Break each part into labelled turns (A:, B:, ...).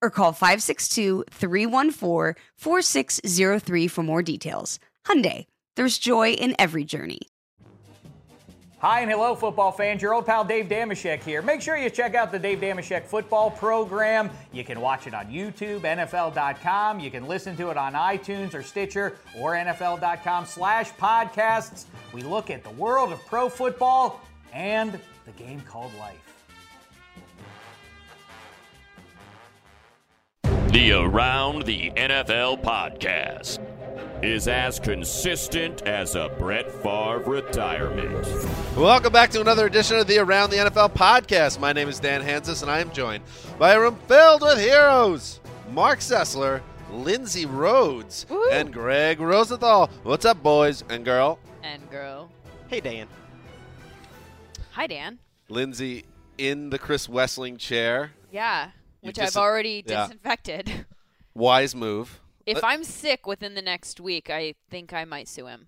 A: or call 562-314-4603 for more details. Hyundai, there's joy in every journey.
B: Hi and hello, football fans. Your old pal Dave Damashek here. Make sure you check out the Dave Damashek football program. You can watch it on YouTube, NFL.com. You can listen to it on iTunes or Stitcher or NFL.com slash podcasts. We look at the world of pro football and the game called life.
C: The Around the NFL podcast is as consistent as a Brett Favre retirement.
D: Welcome back to another edition of the Around the NFL podcast. My name is Dan Hansis, and I am joined by a room filled with heroes Mark Sessler, Lindsey Rhodes, and Greg Rosenthal. What's up, boys and girl?
E: and girl.
F: Hey, Dan.
E: Hi, Dan.
D: Lindsey in the Chris Wessling chair.
E: Yeah,
D: You
E: which
D: dis-
E: I've already
D: yeah.
E: disinfected.
D: Wise move.
E: if
D: Let-
E: I'm sick within the next week, I think I might sue him.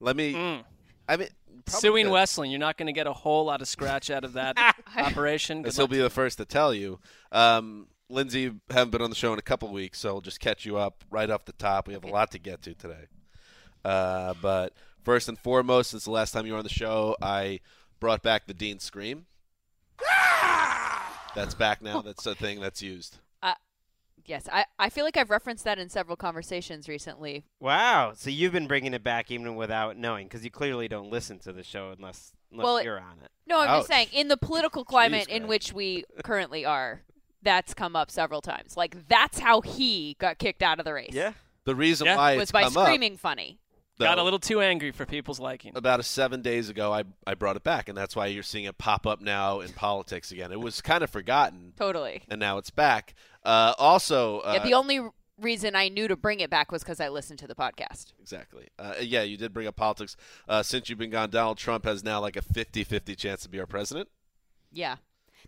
D: Let me.
F: Mm.
D: I mean, probably
F: Suing
D: good.
F: Wesling, you're not going to get a whole lot of scratch out of that operation. Good
D: This will
F: luck.
D: be the first to tell you. Um, Lindsay, you haven't been on the show in a couple weeks, so we'll just catch you up right off the top. We have a lot to get to today. Uh, but first and foremost, since the last time you were on the show, I brought back the Dean Scream. That's back now. That's a thing that's used.
E: Yes, I, I feel like I've referenced that in several conversations recently.
F: Wow.
G: So you've been bringing it back even without knowing, because you clearly don't listen to the show unless, unless
E: Well, it-
G: you're on it.
E: No, I'm just
D: Ouch.
E: saying, in the political climate in
D: Greg.
E: which we currently are, that's come up several times. Like, that's how he got kicked out of the race.
D: The reason
F: Yeah.
D: why
E: Was
D: it's
E: by
D: come
E: screaming funny.
D: up, though,
F: Got a little too angry for people's liking.
D: about seven days ago. I I brought it back, and that's why you're seeing it pop up now in politics again. It was kind of forgotten,
E: Totally.
D: and now it's back. Uh, also, uh,
E: yeah, the only r- reason I knew to bring it back was because I listened to the podcast.
D: Exactly. Uh, yeah, you did bring up politics. Uh, since you've been gone, Donald Trump has now like a 50 50 chance to be our president.
E: Yeah.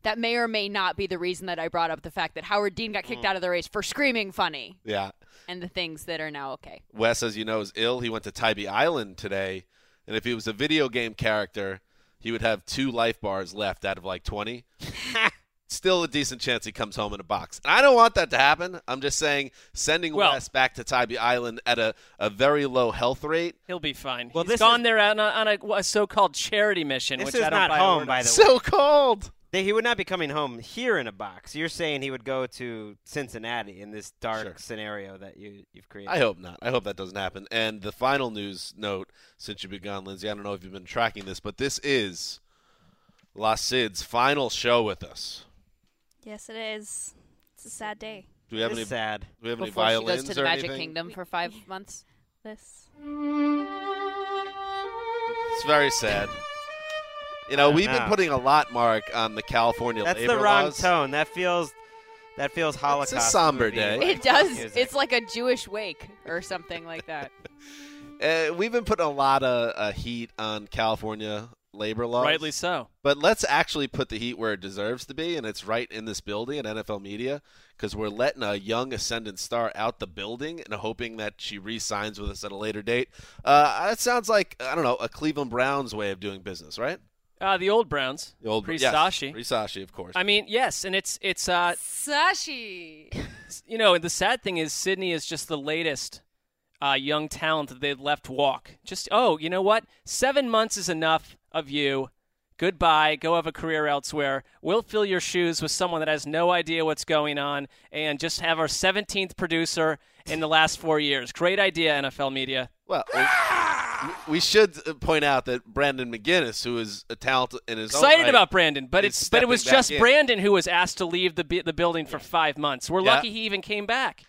E: That may or may not be the reason that I brought up the fact that Howard Dean got kicked out of the race for screaming funny
D: Mm. Yeah.
E: and the things that are now okay.
D: Wes, as you know, is ill. He went to Tybee Island today. And if he was a video game character, he would have two life bars left out of like 20. Still a decent chance he comes home in a box. And I don't want that to happen. I'm just saying sending
F: Well-
D: Wes back to Tybee Island at a, a very low health rate.
F: He'll be fine.
G: Well,
F: Well, He's
G: this
F: gone
G: is-
F: there on a, on a, a so-called charity mission,
G: This
F: which
G: is
F: I don't
G: not
F: buy a
G: home,
F: word
G: by
F: of.
G: the way.
D: So cold.
G: They- He would not be coming home here in a box. You're saying he would go to Cincinnati in this dark
D: Sure.
G: scenario that you, you've created.
D: I hope not. I hope that doesn't happen. And the final news note since you've been gone, Lindsay, I don't know if you've been tracking this, but this is La Sid's final show with us.
H: Yes, it is. It's a sad day.
D: Do we have
G: It
D: any?
G: is sad.
D: Do we have any
E: Before she
D: violins
E: goes to the
D: or
E: Magic
D: anything?
E: Kingdom for five months.
H: This.
D: It's very sad. You know, we've been
G: know.
D: putting a lot mark on the California
G: That's
D: labor
G: the wrong
D: laws.
G: tone. That feels that feels Holocaust.
D: somber
G: movie
D: day.
G: like
E: It does.
G: music.
E: It's like a Jewish wake or something like that.
D: eh, Uh, we've been putting a lot of uh, heat on California labor laws.
F: Rightly so.
D: But let's actually put the heat where it deserves to be, and it's right in this building at NFL Media because we're letting a young ascendant star out the building and hoping that she re-signs with us at a later date. Uh, that sounds like I don't know a Cleveland Browns way of doing business, right?
F: Uh, the old Browns.
D: The old yes,
F: Pre-Sashi.
D: Pre-Sashi, of course.
F: I mean, yes, and it's it's uh,
E: Sashi.
F: you know, the sad thing is Sydney is just the latest uh, young talent that they left walk. Just oh, you know what? Seven months is enough of you. Goodbye. Go have a career elsewhere. We'll fill your shoes with someone that has no idea what's going on, and just have our 17th producer in the last four years. Great idea, NFL media.
D: Well, we, we should uh, point out that Brandon McGinnis, who is a talent in his own
F: Excited
D: right,
F: about Brandon, but
D: is
F: it's but it was
D: stepping back
F: just
D: in.
F: Brandon who was asked to leave the bu- the building for five months. We're
D: Yeah.
F: lucky he even came back.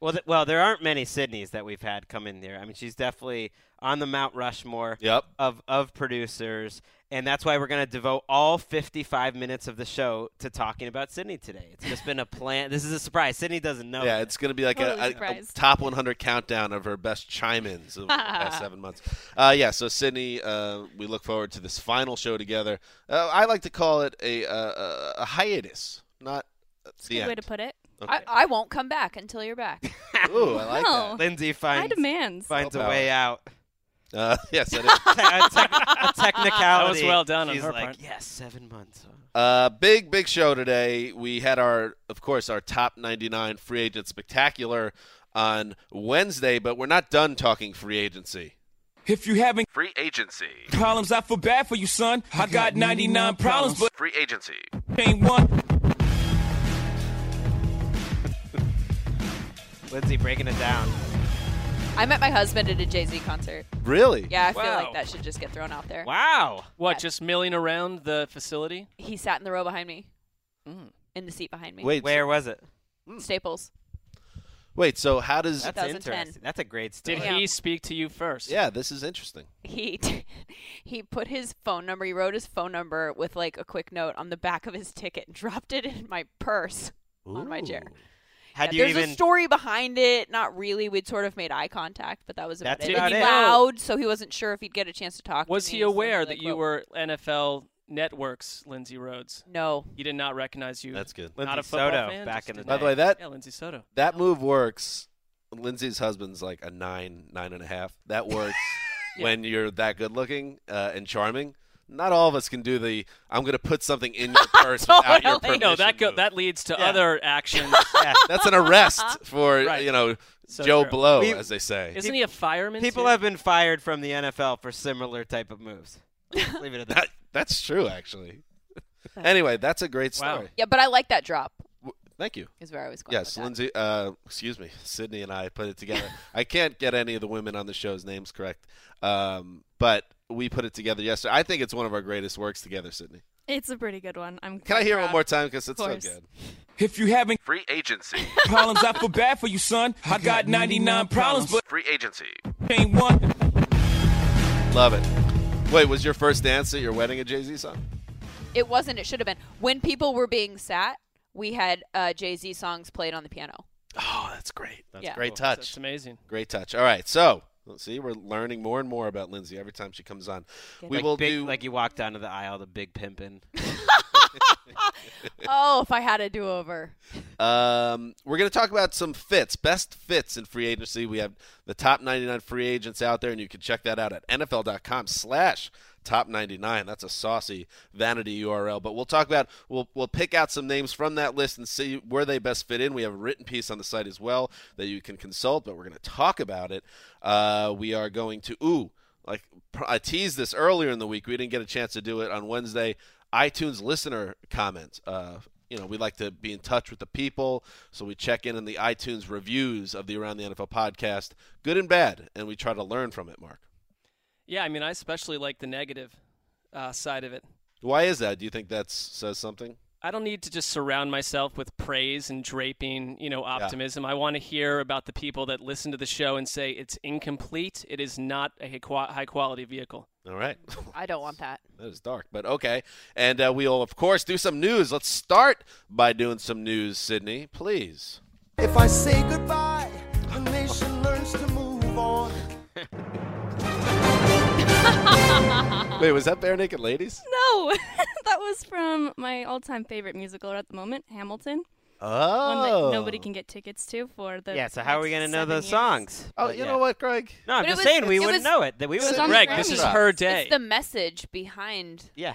G: Well, th- well, there aren't many Sydneys that we've had come in here. I mean, she's definitely on the Mount Rushmore
D: Yep.
G: of of producers, and that's why we're going to devote all 55 minutes of the show to talking about Sydney today. It's just been a plan. This is a surprise. Sydney doesn't know.
D: Yeah,
G: it.
D: it's going to be like a-
H: Totally
D: a- a,
H: surprised.
D: top 100 countdown of her best chime-ins of the last seven months. Uh, yeah, so Sydney, uh, we look forward to this final show together. Uh, I like to call it a uh, a, a hiatus, not
H: It's a
D: the
H: good way
D: end.
H: to put it.
E: I, I won't come back until you're back.
D: Ooh, I like
H: Wow.
D: that.
G: Lindsay
H: I
G: finds
H: demand.
G: finds a
D: Willpower.
G: way out.
D: Uh, yes, that is.
G: Te- a, tec- a technicality.
F: That was well done on
G: She's
F: her
G: like,
F: part.
G: Yes, seven months.
D: Uh, big, big show today. We had our, of course, our top 99 free agent spectacular on Wednesday, but we're not done talking free agency.
I: If you having
D: Free agency.
I: problems, I feel bad for you, son. I got 99 problems, but
D: Free agency.
I: ain't one.
G: Lindsay breaking it down.
E: I met my husband at a Jay Z concert.
D: Really?
E: Yeah, I feel
F: Wow.
E: like that should just get thrown out there.
G: Wow.
F: What,
E: Yeah.
F: just milling around the facility? Mm.
E: He sat in the row behind me, in the seat behind me.
D: Wait,
G: Where was it?
E: Staples.
D: wait. So how does?
G: That's
E: 2010.
G: interesting. That's a great story.
F: Did
E: Yeah.
F: he speak to you first?
D: Yeah, this is interesting.
E: He he put his phone number. He wrote his phone number with like a quick note on the back of his ticket and dropped it in my purse on my chair.
G: Had
E: Yeah,
G: you
E: there's
G: even
E: a story behind it. Not really. We'd sort of made eye contact, but that was about
G: That's
E: it.
G: about
E: it's
G: it.
E: loud, so he wasn't sure if he'd get a chance to talk. to
F: Was
E: me,
F: he
E: so
F: aware
E: like,
F: that you
E: "Well,
F: were NFL Networks, Lindsey Rhodes?
E: No.
F: He did not recognize you.
D: That's good.
F: not
G: Lindsey
F: a football
G: Soto
F: fan.
G: back
F: just
G: in the
F: didn't-
D: By the way, that
F: yeah, Lindsey Soto.
D: that move works. Lindsay's husband's like a nine, nine and a half. That works
F: Yeah.
D: when you're that good looking uh, and charming. Not all of us can do the. I'm going to put something in your purse without your
E: Totally.
D: permission.
F: No, that go,
D: move.
F: that leads to
G: Yeah.
F: other actions.
G: Yeah.
D: that's an arrest for
F: Right.
D: you know
F: So
D: Joe
F: true.
D: Blow,
G: We-
D: as they say.
F: Isn't he a fireman?
G: People
F: too?
G: have been fired from the NFL for similar type of moves. Leave it at that.
D: That- that's true, actually. anyway, that's a great
F: Wow.
D: story.
E: Yeah, but I like that drop.
D: W- Thank you.
E: Is where I was going.
D: Yes,
E: with that.
D: Lindsay. Uh, excuse me, Sydney and I put it together. I can't get any of the women on the show's names correct, um, but we put it together yesterday. I think it's one of our greatest works together, Sydney.
H: It's a pretty good one. I'm.
D: Can I hear it one
H: proud.
D: more time? Because it's so
H: course.
D: good.
I: If you having
D: Free agency.
I: problems, I feel bad for you, son. I got 99 problems, but
D: Free agency.
I: ain't one.
D: Love it. Wait, was your first dance at your wedding a Jay Z song?
E: It wasn't. It should have been. When people were being sat, we had uh, Jay Z songs played on the piano.
D: Oh, that's great. That's
E: Yeah.
D: great
F: That's
D: touch.
F: amazing.
D: Great touch. All right, so let's see. We're learning more and more about Lindsay every time she comes on. We
G: like
D: will
G: big,
D: do
G: like you walk down to the aisle, the big pimpin.
E: oh, if I had a do over.
D: Um, we're going to talk about some fits, best fits in free agency. We have the top 99 free agents out there, and you can check that out at NFL.com slash top 99. That's a saucy vanity URL. But we'll talk about, we'll, we'll pick out some names from that list and see where they best fit in. We have a written piece on the site as well that you can consult, but we're going to talk about it. Uh, we are going to, ooh, like pr- I teased this earlier in the week. We didn't get a chance to do it on Wednesday. iTunes listener comments. Uh, you know, we like to be in touch with the people, so we check in on the iTunes reviews of the Around the NFL podcast, good and bad, and we try to learn from it. Mark,
F: Yeah, I mean, I especially like the negative uh, side of it.
D: why is that? Do you think that says something?
F: I don't need to just surround myself with praise and draping, you know, optimism. I want to hear about the people that listen to the show and say it's incomplete. It is not a high quality vehicle.
D: All right,
E: I don't want that.
D: that is dark, but okay. And uh, we'll of course do some news. Let's start by doing some news, Sydney, please.
I: If I say goodbye, the nation learns to move on.
D: Wait, was that Bare Naked Ladies?
H: No, that was from my all-time favorite musical at the moment, Hamilton. One
G: Oh.
H: that nobody can get tickets to for the.
G: yeah, so how are we
H: next
G: going to know
H: seven
G: those
H: years.
G: songs?
D: Oh,
G: But
D: you
G: yeah.
D: know what, Greg?
G: No, I'm
H: But it
G: just
H: was-
G: saying we
H: it
G: wouldn't
H: was-
G: know it. That we
H: it
G: would
H: was on
F: Greg, this is her day.
E: It's the message behind
G: Yeah.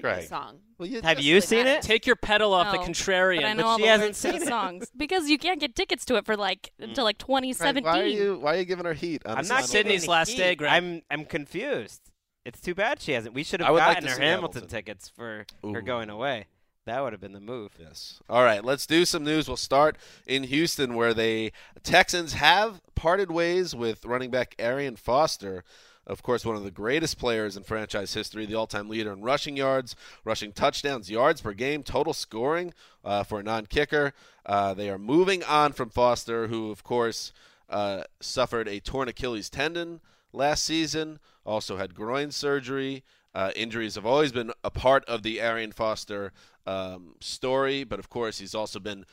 E: the song.
G: Have you seen it?
F: Take your pedal off the
H: No,
F: contrarian.
H: But I know all the words to the songs because you can't get tickets to it for like until like 2017.
D: Why are you Why are you giving her heat? On
G: I'm
D: the
G: not
D: Seinfeld?
G: getting
F: Sydney's
G: any
F: last
G: heat.
F: day, Greg.
G: I'm I'm confused. It's too bad she hasn't. We should
D: I
G: have
D: would like
G: gotten
D: to
G: her
D: see
G: Hamilton,
D: Hamilton.
G: tickets for her
D: Ooh.
G: going away. That would have been the move.
D: Yes. All right, let's do some news. We'll start in Houston, where the Texans have parted ways with running back Arian Foster. Of course, one of the greatest players in franchise history, the all time leader in rushing yards, rushing touchdowns, yards per game, total scoring uh, for a non kicker. Uh, they are moving on from Foster, who, of course, uh, suffered a torn Achilles tendon last season, also had groin surgery. Uh, injuries have always been a part of the Arian Foster um, story, but of course, he's also been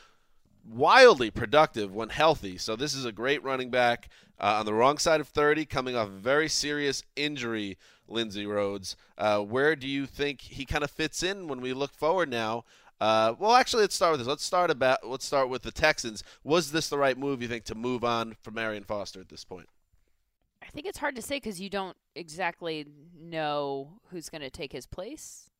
D: wildly productive when healthy. So this is a great running back uh, on the wrong side of 30, coming off a very serious injury. Lindsey Rhodes, uh, where do you think he kind of fits in when we look forward now? Uh, well, actually, let's start with this. Let's start about. Let's start with the Texans. Was this the right move? You think to move on from Marion Foster at this point?
E: I think it's hard to say because you don't exactly know who's going to take his place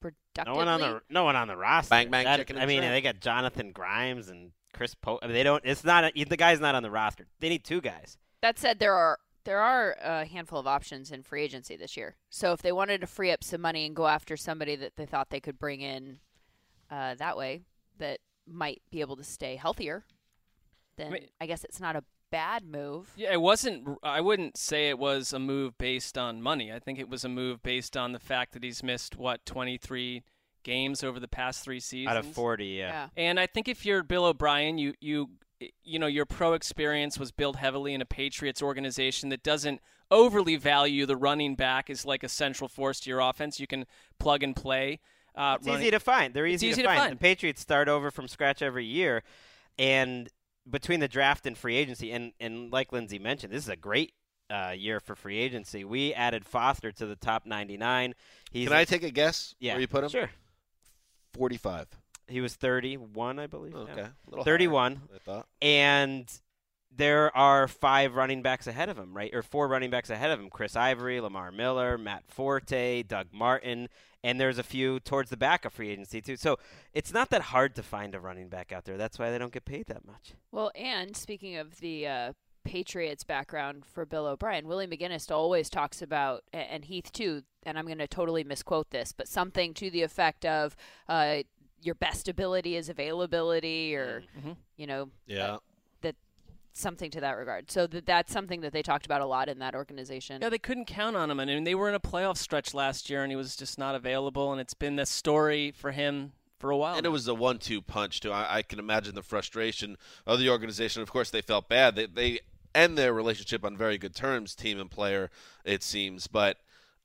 E: productively.
G: No one on the no one on the roster.
D: Bang, bang,
G: That-
D: chicken
G: I
D: and
G: mean,
D: shrimp.
G: they got Jonathan Grimes and Chris Pope. I mean, they don't. It's not a, the guy's not on the roster. They need two guys.
E: That said, there are there are a handful of options in free agency this year. So if they wanted to free up some money and go after somebody that they thought they could bring in uh, that way, that might be able to stay healthier, then I,
F: mean-
E: guess it's not a bad move.
F: Yeah, it wasn't. I wouldn't say it was a move based on money. I think it was a move based on the fact that he's missed what 23 games over the past three seasons
G: Out of forty, yeah.
F: And I think if you're Bill O'Brien, you you you know your pro experience was built heavily in a Patriots organization that doesn't overly value the running back as like a central force to your offense. You can plug and play. Uh,
G: It's
F: running-
G: easy to find. They're
F: It's
G: easy, to, find. The Patriots start over from scratch every year, and between the draft and free agency, and and like Lindsay mentioned, this is a great uh, year for free agency. We added Foster to the top 99. He's
D: Can I take a guess?
G: Yeah,
D: where you put him?
G: Sure.
D: Forty-five.
G: He was 31, I believe. now.
D: Okay, a little higher
G: 31.
D: than I thought.
G: And there are five running backs ahead of him, right? Or four running backs ahead of him Chris Ivory, Lamar Miller, Matt Forte, Doug Martin. And there's a few towards the back of free agency, too. So it's not that hard to find a running back out there. That's why they don't get paid that much.
E: Well, and speaking of the uh, Patriots background for Bill O'Brien, Willie McGinnis always talks about, a- and Heath too, and I'm going to totally misquote this, but something to the effect of uh, your best ability is availability, or you know, uh,
D: Yeah.
E: that something to that regard. So that that's something that they talked about a lot in that organization.
F: Yeah, they couldn't count on him, and I mean, they were in a playoff stretch last year, and he was just not available. And it's been the story for him for a while.
D: And it was a one-two punch too. I, I can imagine the frustration of the organization. Of course, they felt bad. They, they end their relationship on very good terms, team and player, it seems. But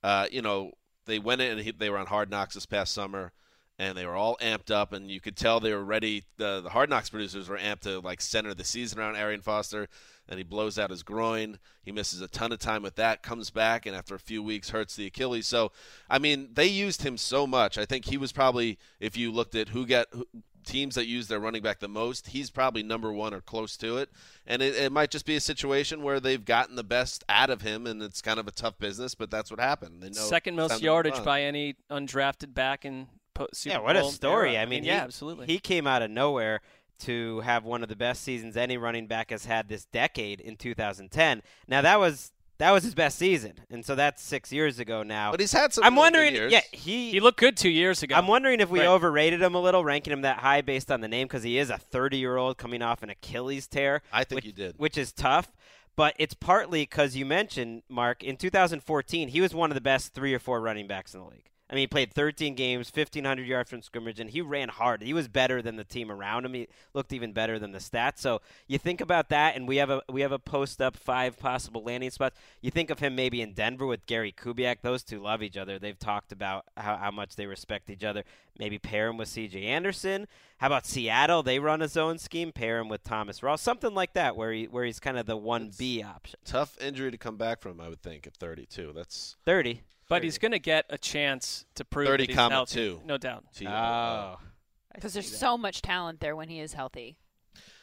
D: uh, you know, they went in and he, they were on Hard Knocks this past summer, and they were all amped up, and you could tell they were ready. The, the Hard Knocks producers were amped to like center the season around Arian Foster, and he blows out his groin. He misses a ton of time with that, comes back, and after a few weeks hurts the Achilles. So, I mean, they used him so much. I think he was probably, if you looked at who got who, teams that use their running back the most, he's probably number one or close to it. And it, it might just be a situation where they've gotten the best out of him, and it's kind of a tough business, but that's what happened. They know
F: second
D: it's time
F: most
D: to move
F: yardage
D: on.
F: by any undrafted back in po- Super
G: yeah, what
F: Bowl
G: a story.
F: era.
G: I mean, he,
F: yeah, absolutely.
G: He came out of nowhere to have one of the best seasons any running back has had this decade in 2010. Now that was that was his best season, and so that's six years ago now.
D: But he's had some.
G: I'm
D: really good
G: wondering.
D: years.
G: Yeah, he.
F: he looked good two years ago.
G: I'm wondering if we
F: Right.
G: overrated him a little, ranking him that high based on the name, because he is a 30 year old coming off an Achilles tear
D: I think
G: which,
D: you did.
G: which is tough. But it's partly because you mentioned Mark in 2014, he was one of the best three or four running backs in the league. I mean, he played 13 games, 1,500 yards from scrimmage, and he ran hard. He was better than the team around him. He looked even better than the stats. So you think about that, and we have a we have a post up five possible landing spots. You think of him maybe in Denver with Gary Kubiak. Those two love each other. They've talked about how, how much they respect each other. Maybe pair him with C.J. Anderson. How about Seattle? They run a zone scheme. Pair him with Thomas Ross, something like that, where he where he's kind of the one B option.
D: Tough injury to come back from, I would think, at 32. That's
G: Thirty.
F: But he's going to get a chance to prove
D: 30
F: that he's
D: comma
F: healthy,
D: two.
F: No doubt.
D: Gee, Oh.
E: because there's so much talent there when he is healthy.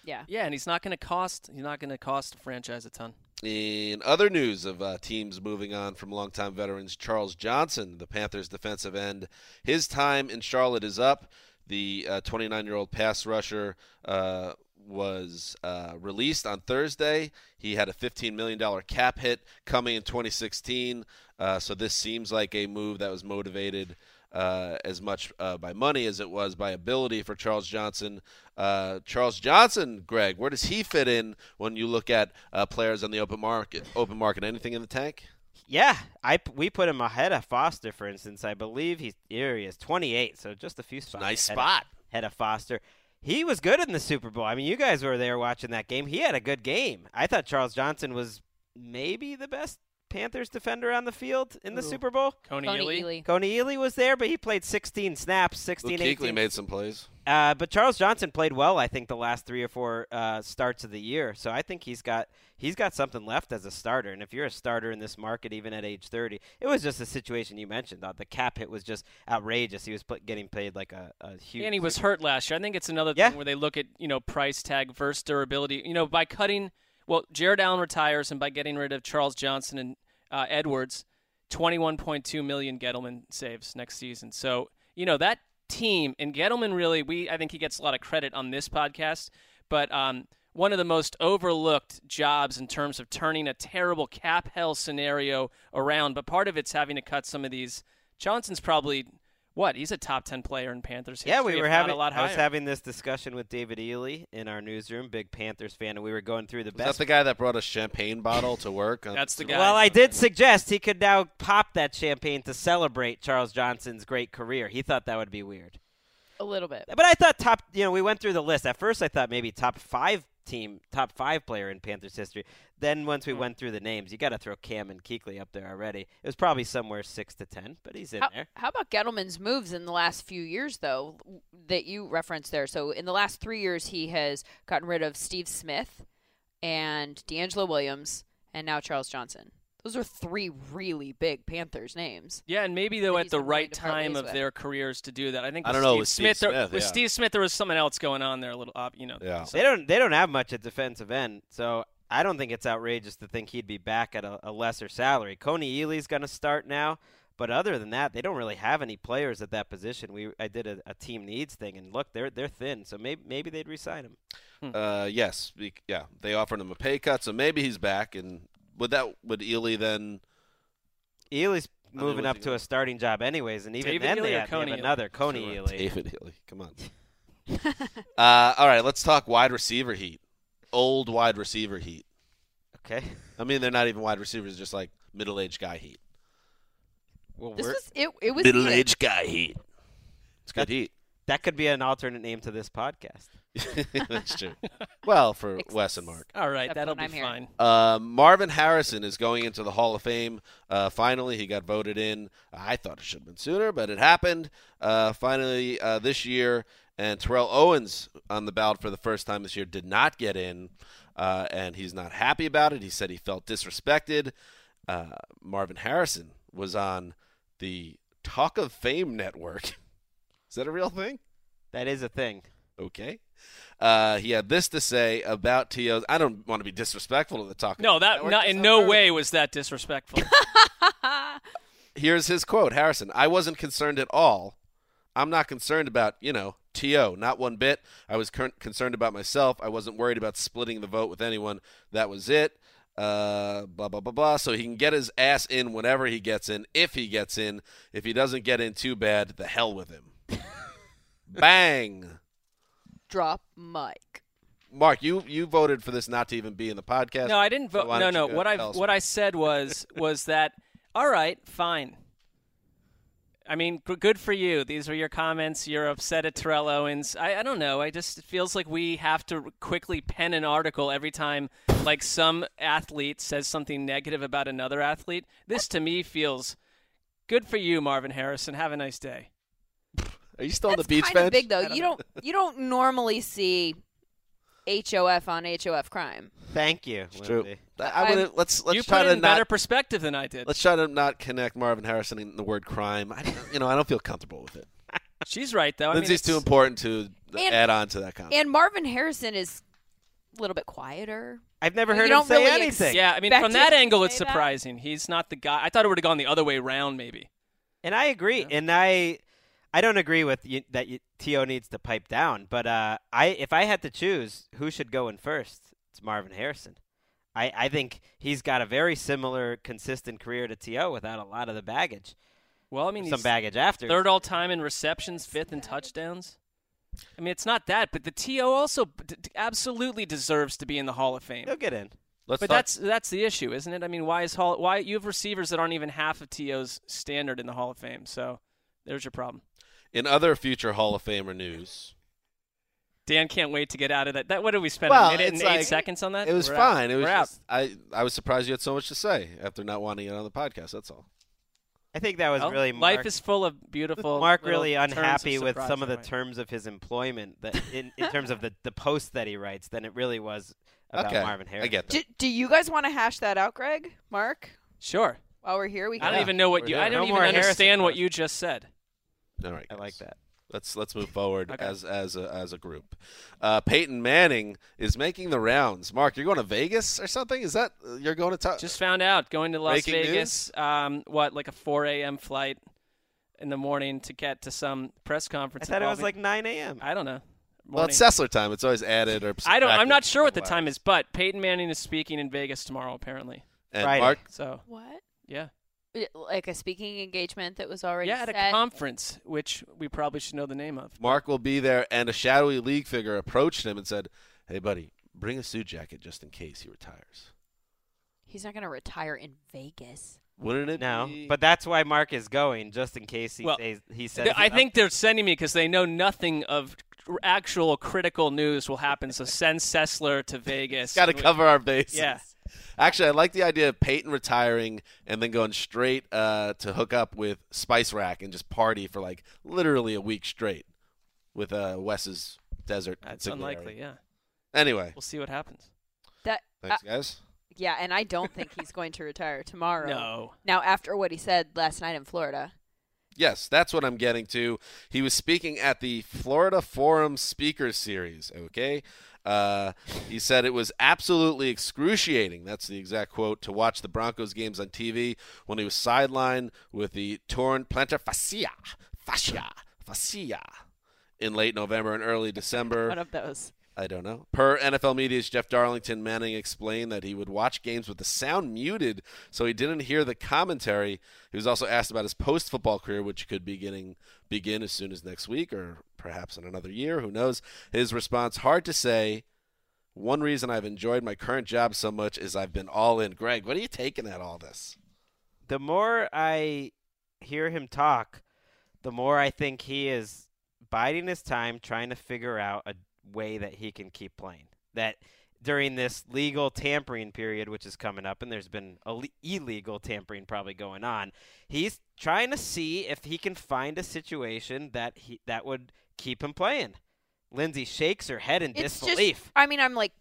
E: Yeah.
F: Yeah, and he's not going to cost. He's not going to cost the franchise a ton.
D: In other news of uh, teams moving on from longtime veterans, Charles Johnson, the Panthers' defensive end, his time in Charlotte is up. The uh, 29-year-old pass rusher uh, was uh, released on Thursday. He had a $15 million cap hit coming in 2016, uh, so this seems like a move that was motivated uh, as much uh, by money as it was by ability for Charles Johnson. Uh, Charles Johnson, Greg, where does he fit in when you look at uh, players on the open market? Open market, anything in the tank?
G: Yeah, I p- we put him ahead of Foster, for instance. I believe he's here. He is 28, so just a few spots.
D: Nice
G: ahead
D: spot.
G: Of, ahead of Foster. He was good in the Super Bowl. I mean, you guys were there watching that game. He had a good game. I thought Charles Johnson was maybe the best Panthers defender on the field in the
F: Who?
G: Super Bowl.
F: Coney Coney Ealy? Ealy.
G: Coney Ealy was there, but he played 16 snaps, 16,
D: Luke
G: 18
D: Kuechly made some plays.
G: uh, but Charles Johnson played well, I think, the last three or four uh, starts of the year. So I think he's got he's got something left as a starter. And if you're a starter in this market, even at age 30, it was just the situation you mentioned. Uh, the cap hit was just outrageous. He was pl- getting paid like a, a huge.
F: And he was hurt last year. I think it's another thing where they look at you know price tag versus durability. You know, by cutting, well, Jared Allen retires, and by getting rid of Charles Johnson and uh, Edwards, twenty-one point two million Gettleman saves next season. So you know that team and Gettleman really, we I think he gets a lot of credit on this podcast, but um, one of the most overlooked jobs in terms of turning a terrible cap hell scenario around. But part of it's having to cut some of these. Johnson's probably. What he's a top ten player in Panthers
G: Yeah,
F: history,
G: we
F: if
G: were
F: not
G: having
F: a lot
G: I was
F: higher.
G: having this discussion with David Ely in our newsroom, big Panthers fan, and we were going through the
D: Is that
G: best.
D: the guy that brought a champagne bottle to work? on-
G: Well, I did suggest he could now pop that champagne to celebrate Charles Johnson's great career. He thought that would be weird.
E: A little bit.
G: But I thought top, you know, we went through the list. At first, I thought maybe top five team, top five player in Panthers history. Then once we went through the names, you got to throw Cam and Keekley up there already. It was probably somewhere six to ten, but he's in
E: How,
G: there.
E: how about Gettleman's moves in the last few years, though, that you referenced there? So, in the last three years, he has gotten rid of Steve Smith and D'Angelo Williams and now Charles Johnson. Those are three really big Panthers names.
F: Yeah, and maybe though at the right
E: to part
F: time
E: ways
F: of
E: with.
F: their careers to do that. I think
G: I
F: with
G: don't know,
F: Steve
G: with Steve
F: Smith, there,
G: Smith,
F: with
G: yeah.
F: Steve Smith there was something else going on there a little op, you know. So-
G: They don't they don't have much at defensive end, so I don't think it's outrageous to think he'd be back at a, a lesser salary. Coney Ely's going to start now, but other than that, they don't really have any players at that position. We I did a, a team needs thing, and look, they're they're thin, so maybe maybe they'd resign him.
D: Uh, yes, be- yeah. They offered him a pay cut, so maybe he's back. And would that would Ely then?
G: Ely's
D: mean,
G: moving up
D: what's he
G: to a starting job anyways, and even
F: David
G: then
F: Ely
G: they
F: or
G: have, they have
F: Coney Ely?
G: another Coney
D: Sure,
G: Ely.
D: David Ely, come on. Uh, all right, let's talk wide receiver heat. Old wide receiver heat.
G: Okay.
D: I mean, they're not even wide receivers; just like middle-aged guy heat.
G: Well,
E: This was it. It was
D: middle-aged guy heat. It's good
G: That-
D: heat.
G: That could be an alternate name to this podcast.
D: That's true. Well, for Wes and Mark.
F: All right,
G: Except
F: that'll be
G: when I'm here.
F: fine.
D: Uh, Marvin Harrison is going into the Hall of Fame. Uh, finally, he got voted in. I thought it should have been sooner, but it happened uh, finally uh, this year. And Terrell Owens on the ballot for the first time this year did not get in, uh, and he's not happy about it. He said he felt disrespected. Uh, Marvin Harrison was on the Talk of Fame network. Is that a real thing?
G: That is a thing.
D: Okay. Uh, he had this to say about T.O.'s. I don't want to be disrespectful to the Talk. of
F: No,
D: Fame
F: that
D: network.
F: not, in no way was that disrespectful.
D: Here's his quote, Harrison. I wasn't concerned at all. I'm not concerned about, you know, T.O., not one bit. I was cur- concerned about myself. I wasn't worried about splitting the vote with anyone. That was it. Uh, blah, blah, blah, blah. So he can get his ass in whenever he gets in, if he gets in. If he doesn't get in too bad, the hell with him. Bang.
E: drop Mike.
D: Mark, you, you voted for this not to even be in the podcast.
F: No, I didn't
D: So
F: vote.
D: why
F: no,
D: don't
F: no.
D: you go
F: What I
D: tell us
F: what I said was was that all right, fine. I mean, g- good for you. These were your comments. You're upset at Terrell Owens. I, I don't know. I just it feels like we have to quickly pen an article every time like some athlete says something negative about another athlete. This to me feels good for you, Marvin Harrison. Have a nice day.
D: Are you still on the
E: Kind of big though. You don't you don't normally see HOF on HOF crime.
G: Thank you.
D: It's true.
G: Wendy.
D: I, I
E: I'm-
D: would let's let's
F: you
D: try
F: put
D: to
F: it in
D: not
F: better perspective than I did.
D: let's try to not connect Marvin Harrison and the word crime. I, don't- you know, I don't feel comfortable with it.
F: She's right though. I mean,
D: Lindsay's
F: it's-
D: too important to
E: And-
D: add on to that comment.
E: And Marvin Harrison is a little bit quieter.
G: I've never
E: You
G: heard him
E: don't
G: say
E: really
G: anything.
F: Yeah, I mean,
E: Back
F: from
E: to
F: that
E: you
F: angle, it's
E: say that.
F: surprising. He's not the guy. I thought it would have gone the other way around, maybe.
G: And I agree. And I, I don't agree with you, that you, To needs to pipe down. But uh, I, if I had to choose who should go in first, it's Marvin Harrison. I, I think he's got a very similar, consistent career to To without a lot of the baggage.
F: Well, I mean,
G: some
F: he's
G: baggage after.
F: third all time in receptions, fifth in touchdowns. I mean, it's not that, but the To also d- d- absolutely deserves to be in the Hall of Fame.
G: He'll get in.
D: Let's
F: but
D: talk-
F: that's that's the issue, isn't it? I mean, why is Hall? Why you have receivers that aren't even half of To's standard in the Hall of Fame? So there's your problem.
D: in other future Hall of Famer news.
F: Dan can't wait to get out of that. That what did we spend a minute and
D: it's
F: eight
D: like-
F: seconds on that?
D: It was
F: We're out.
D: fine. It was
F: We're out.
D: just, I I was surprised you had so much to say after not wanting it on the podcast. That's all.
G: I think that was
F: Well,
G: really
F: Oh, life
G: Mark-
F: is full of beautiful.
G: Mark
F: little
G: really
F: turns of
G: unhappy with
F: surprise
G: some of
F: in
G: the
F: life.
G: terms of his employment that in, in terms of the the posts that he writes than it really was about
D: okay,
G: Marvin Harrison.
D: I get that.
E: Do, do you guys want to hash that out, Greg? Mark?
F: Sure.
E: While we're here, we
F: I
E: can.
F: don't even know
D: we're
F: what you. I
D: there.
F: don't
G: No
F: even
G: more Harrison
F: understand what
G: posts.
F: you just said.
D: All right,
G: I like
D: guys.
G: that.
D: Let's let's move forward
F: Okay.
D: as as a, as a group. Uh, Peyton Manning is making the rounds. Mark, you're going to Vegas or something? Is that you're going to talk?
F: Just found out going to Las
D: Breaking news?
F: Vegas. Um, what like a 4 a.m. flight in the morning to get to some press
G: I
F: conference.
G: thought it was like
F: involving-
G: 9 a.m.
F: I don't know.
D: well, it's
F: Morning.
D: Sessler time. It's always added or
F: I don't. I'm not
D: subtracted.
F: sure what the time is, but Peyton Manning is speaking in Vegas tomorrow, apparently.
D: And
G: Friday.
D: Mark,
F: So
E: What?
F: yeah,
E: Like a speaking engagement that was already
F: yeah, at
E: set.
F: a conference, which we probably should know the name of.
D: Mark will be there, and a shadowy league figure approached him and said, "Hey, buddy, bring a suit jacket just in case he retires."
E: He's not going to retire in Vegas.
D: Wouldn't it?
G: No,
D: be-
G: but that's why Mark is going just in case he
F: Well,
G: says he says.
F: Th- I think they're sending me because they know nothing of cr- actual critical news will happen. So send Sessler to Vegas.
D: got to cover our bases.
F: Yeah.
D: Actually, I like the idea of Peyton retiring and then going straight uh, to hook up with Spice Rack and just party for like literally a week straight with uh, Wes's desert.
F: That's
D: consigliere.
F: unlikely. Yeah,
D: Anyway,
F: we'll see what happens.
E: That
D: thanks guys.
E: Yeah, and I don't think he's going to retire tomorrow.
F: No.
E: Now, after what he said last night in Florida,
D: Yes, that's what I'm getting to. He was speaking at the Florida Forum Speaker Series. Okay. Uh, he said it was absolutely excruciating. That's the exact quote to watch the Broncos games on TV when he was sidelined with the torn plantar fascia, fascia, fascia in late November and early December.
E: one of those.
D: I don't know. Per NFL Media's Jeff Darlington, Manning explained that he would watch games with the sound muted so he didn't hear the commentary. He was also asked about his post football career, which could beginning begin as soon as next week or perhaps in another year. Who knows? His response hard to say. One reason I've enjoyed my current job so much is I've been all in. Greg, what are you taking at all this?
G: the more I hear him talk, the more I think he is biding his time, trying to figure out a way that he can keep playing. That during this legal tampering period, which is coming up, and there's been Ill- illegal tampering probably going on, he's trying to see if he can find a situation that he that would keep him playing. Lindsay shakes her head in
E: It's
G: disbelief.
E: just. I mean, I'm like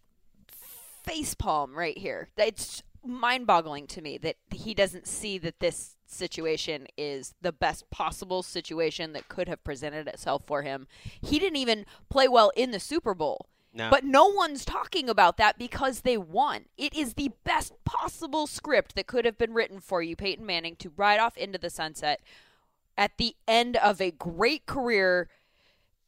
E: facepalm right here. It's mind-boggling to me that he doesn't see that this situation is the best possible situation that could have presented itself for him. He didn't even play well in the Super Bowl.
G: No.
E: But no one's talking about that because they won. It is the best possible script that could have been written for you, Peyton Manning, to ride off into the sunset at the end of a great career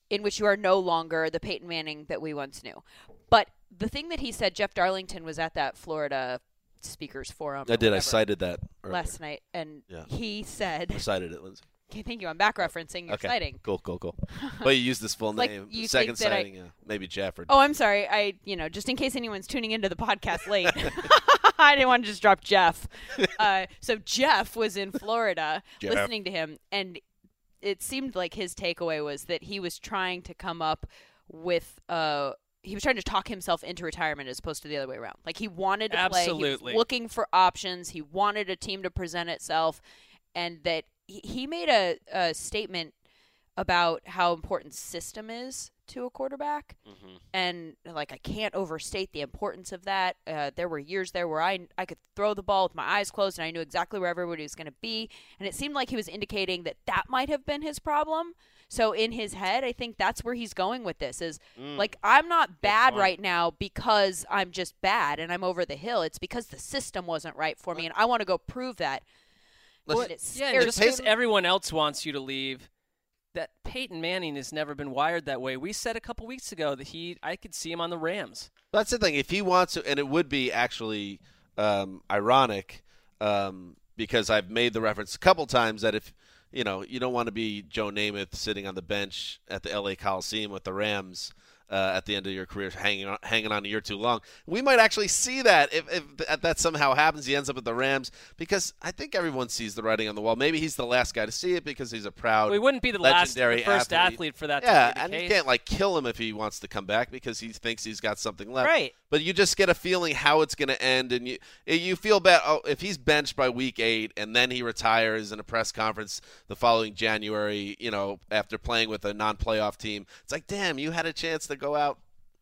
E: in which you are no longer the Peyton Manning that we once knew. But the thing that he said, Jeff Darlington was at that Florida speakers forum. or
D: I did. I
E: Um, whatever
D: cited that earlier.
E: last night, and
D: Yeah.
E: he said,
D: I cited it, Lindsay.
E: okay, "Thank you. I'm back referencing. You're
D: okay.
E: citing."
D: Cool, cool, cool. But you used this full
E: Like,
D: name.
E: you
D: Second
E: think that I-
D: sighting, yeah. Maybe Jafford.
E: Oh, I'm sorry. I, you know, just in case anyone's tuning into the podcast late, I didn't want to just drop Jeff. Uh, so Jeff was in Florida
D: Jeff.
E: listening to him, and it seemed like his takeaway was that he was trying to come up with uh he was trying to talk himself into retirement as opposed to the other way around. Like he wanted to play, he
F: Absolutely.
E: was looking for options. He wanted a team to present itself, and that he, he made a, a statement about how important system is to a quarterback.
G: Mhm.
E: And like I can't overstate the importance of that. Uh, there were years there where I I could throw the ball with my eyes closed and I knew exactly where everybody was going to be. And it seemed like he was indicating that that might have been his problem. So in his head, I think that's where he's going with this is
J: Mm.
E: like I'm not bad
J: point.
E: right now because I'm just bad and I'm over the hill. It's because the system wasn't right for me and I want to go prove that.
F: Well,
E: And it
F: yeah, and
E: scares
F: just
E: me.
F: because everyone else wants you to leave, that Peyton Manning has never been wired that way. We said a couple weeks ago that he, I could see him on the Rams.
D: That's the thing. If he wants to, and it would be actually um, ironic um, because I've made the reference a couple times that if you know you don't want to be Joe Namath sitting on the bench at the LA Coliseum with the Rams uh, at the end of your career, hanging on, hanging on a year too long, we might actually see that if, if th- that somehow happens. He ends up at the Rams because I think everyone sees the writing on the wall. Maybe he's the last guy to see it because he's a proud.
F: Well, he wouldn't be the last- the
D: legendary
F: first athlete for that to
D: Yeah,
F: be the
D: and you
F: case.
D: can't like kill him if he wants to come back because he thinks he's got something left.
G: Right.
D: But you just get a feeling how it's going to end, and you you feel bad. Oh, if he's benched by week eight and then he retires in a press conference the following January, you know, after playing with a non-playoff team, it's like, damn, you had a chance to go out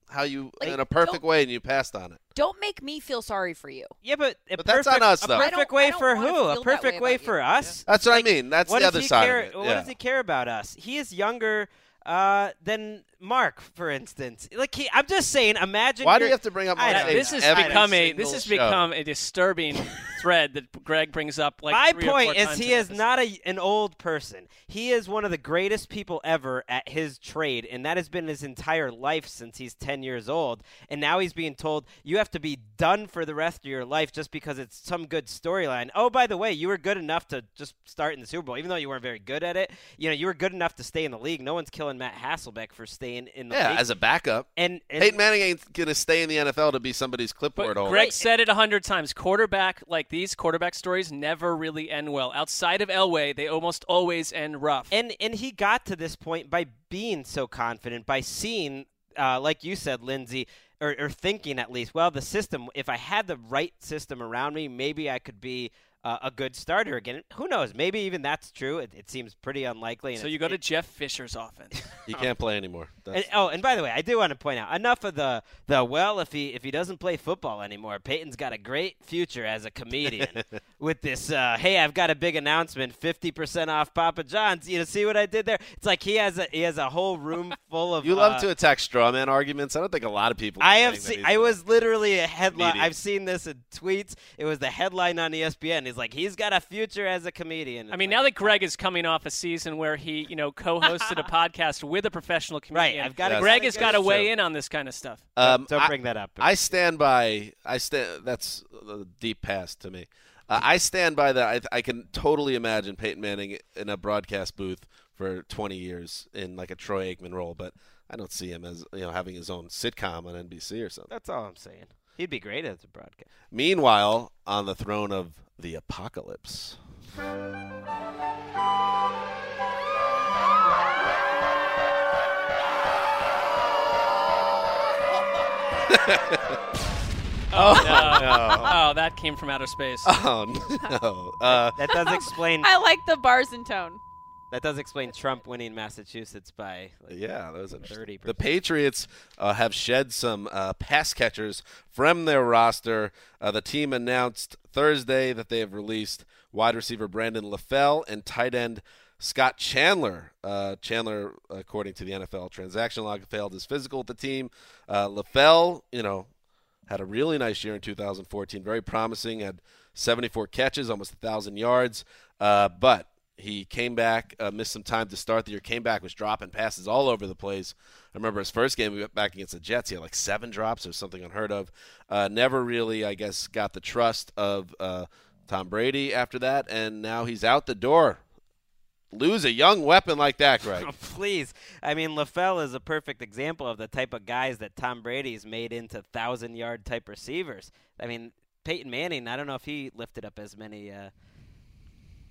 D: how you in a perfect way, and you passed on it.
E: Don't make me feel sorry for you.
G: Yeah, but,
D: But that's on us, though.
G: A perfect way for who? A perfect way, for us?
D: That's what
G: Like,
D: I mean. That's
G: what
D: the
G: does
D: other
G: he
D: side.
G: Care,
D: of it.
G: What
D: yeah.
G: does he care about us? He is younger uh, than Mark, for instance. Like, he, I'm just saying. Imagine.
D: Why do
G: you're-
D: you have to bring up
G: I
D: Mark's
G: don't-
D: name
F: This has
D: every
F: become a
D: single
F: this has
D: show?
F: become a disturbing thread that Greg brings up. Like
G: my
F: three or
G: point
F: four
G: is
F: times in
G: he
F: an
G: is not a, an old person he is one of the greatest people ever at his trade and that has been his entire life since he's 10 years old and now he's being told you have to be done for the rest of your life just because it's some good storyline oh by the way you were good enough to just start in the super bowl even though you weren't very good at it you know you were good enough to stay in the league no one's killing matt hasselbeck for staying in the
D: Yeah,
G: league
D: as a backup.
G: and, and
D: Peyton Manning ain't going to stay in the NFL to be somebody's clipboard holder.
F: Greg said it a hundred times. Quarterback, like these quarterback stories, never really end well. Outside of Elway, they almost always end rough.
G: And and he got to this point by being so confident, by seeing, uh, like you said, Lindsay, or, or thinking at least, well, the system. If I had the right system around me, maybe I could be uh, a good starter again. Who knows? Maybe even that's true. It, it seems pretty unlikely. and
F: So
G: it's-
F: you go to
G: it-
F: Jeff Fisher's offense.
D: He can't play anymore.
G: Um, and, oh, and by the way, I do want to point out enough of the the well. If he if he doesn't play football anymore, Peyton's got a great future as a comedian with this. Uh, hey, I've got a big announcement: fifty percent off Papa John's. You know, see what I did there? It's like he has a he has a whole room full of.
D: You love
G: uh,
D: to attack straw man arguments. I don't think a lot of people.
G: I have
D: think that
G: seen.
D: he's
G: I was literally a headline.
D: comedian.
G: I've seen this in tweets. It was the headline on E ESPN. He's like, he's got a future as a comedian.
F: I mean, now that Greg is coming off a season where he, you know, co-hosted a podcast with a professional comedian,
G: I've gotta- Yes.
F: Greg
G: gotta
F: has
G: go
F: got to
G: to-
F: weigh in on this kind of stuff.
D: Um,
G: don't
D: I-
G: bring that up.
D: I stand by. I stand. That's a deep pass to me. Uh, I stand by that. I, I can totally imagine Peyton Manning in a broadcast booth for 20 years in like a Troy Aikman role, but I don't see him as you know having his own sitcom on NBC or something.
G: That's all I'm saying. He'd be great as a broadcast.
D: Meanwhile, on the throne of the apocalypse.
F: Oh. Oh, no.
D: no.
F: Oh, that came from outer space.
D: Oh no! Uh,
G: That does explain.
E: I like the bars and tone.
G: That does explain Trump winning Massachusetts by like,
D: Yeah, that was
G: thirty.
D: The Patriots uh, have shed some uh, pass catchers from their roster. Uh, the team announced Thursday that they have released wide receiver Brandon LaFell and tight end Scott Chandler. Uh, Chandler, according to the NFL transaction log, failed his physical with the team. Uh, LaFell, you know, had a really nice year in 2014, very promising, had 74 catches, almost 1,000 yards. Uh, but he came back, uh, missed some time to start the year, came back, was dropping passes all over the place. I remember his first game we went back against the Jets, he had like seven drops or something unheard of. Uh, never really, I guess, got the trust of uh, Tom Brady after that, and now he's out the door. Lose a young weapon like that, Greg.
G: Please, I mean, LaFell is a perfect example of the type of guys that Tom Brady's made into thousand-yard type receivers. I mean, Peyton Manning. I don't know if he lifted up as many uh,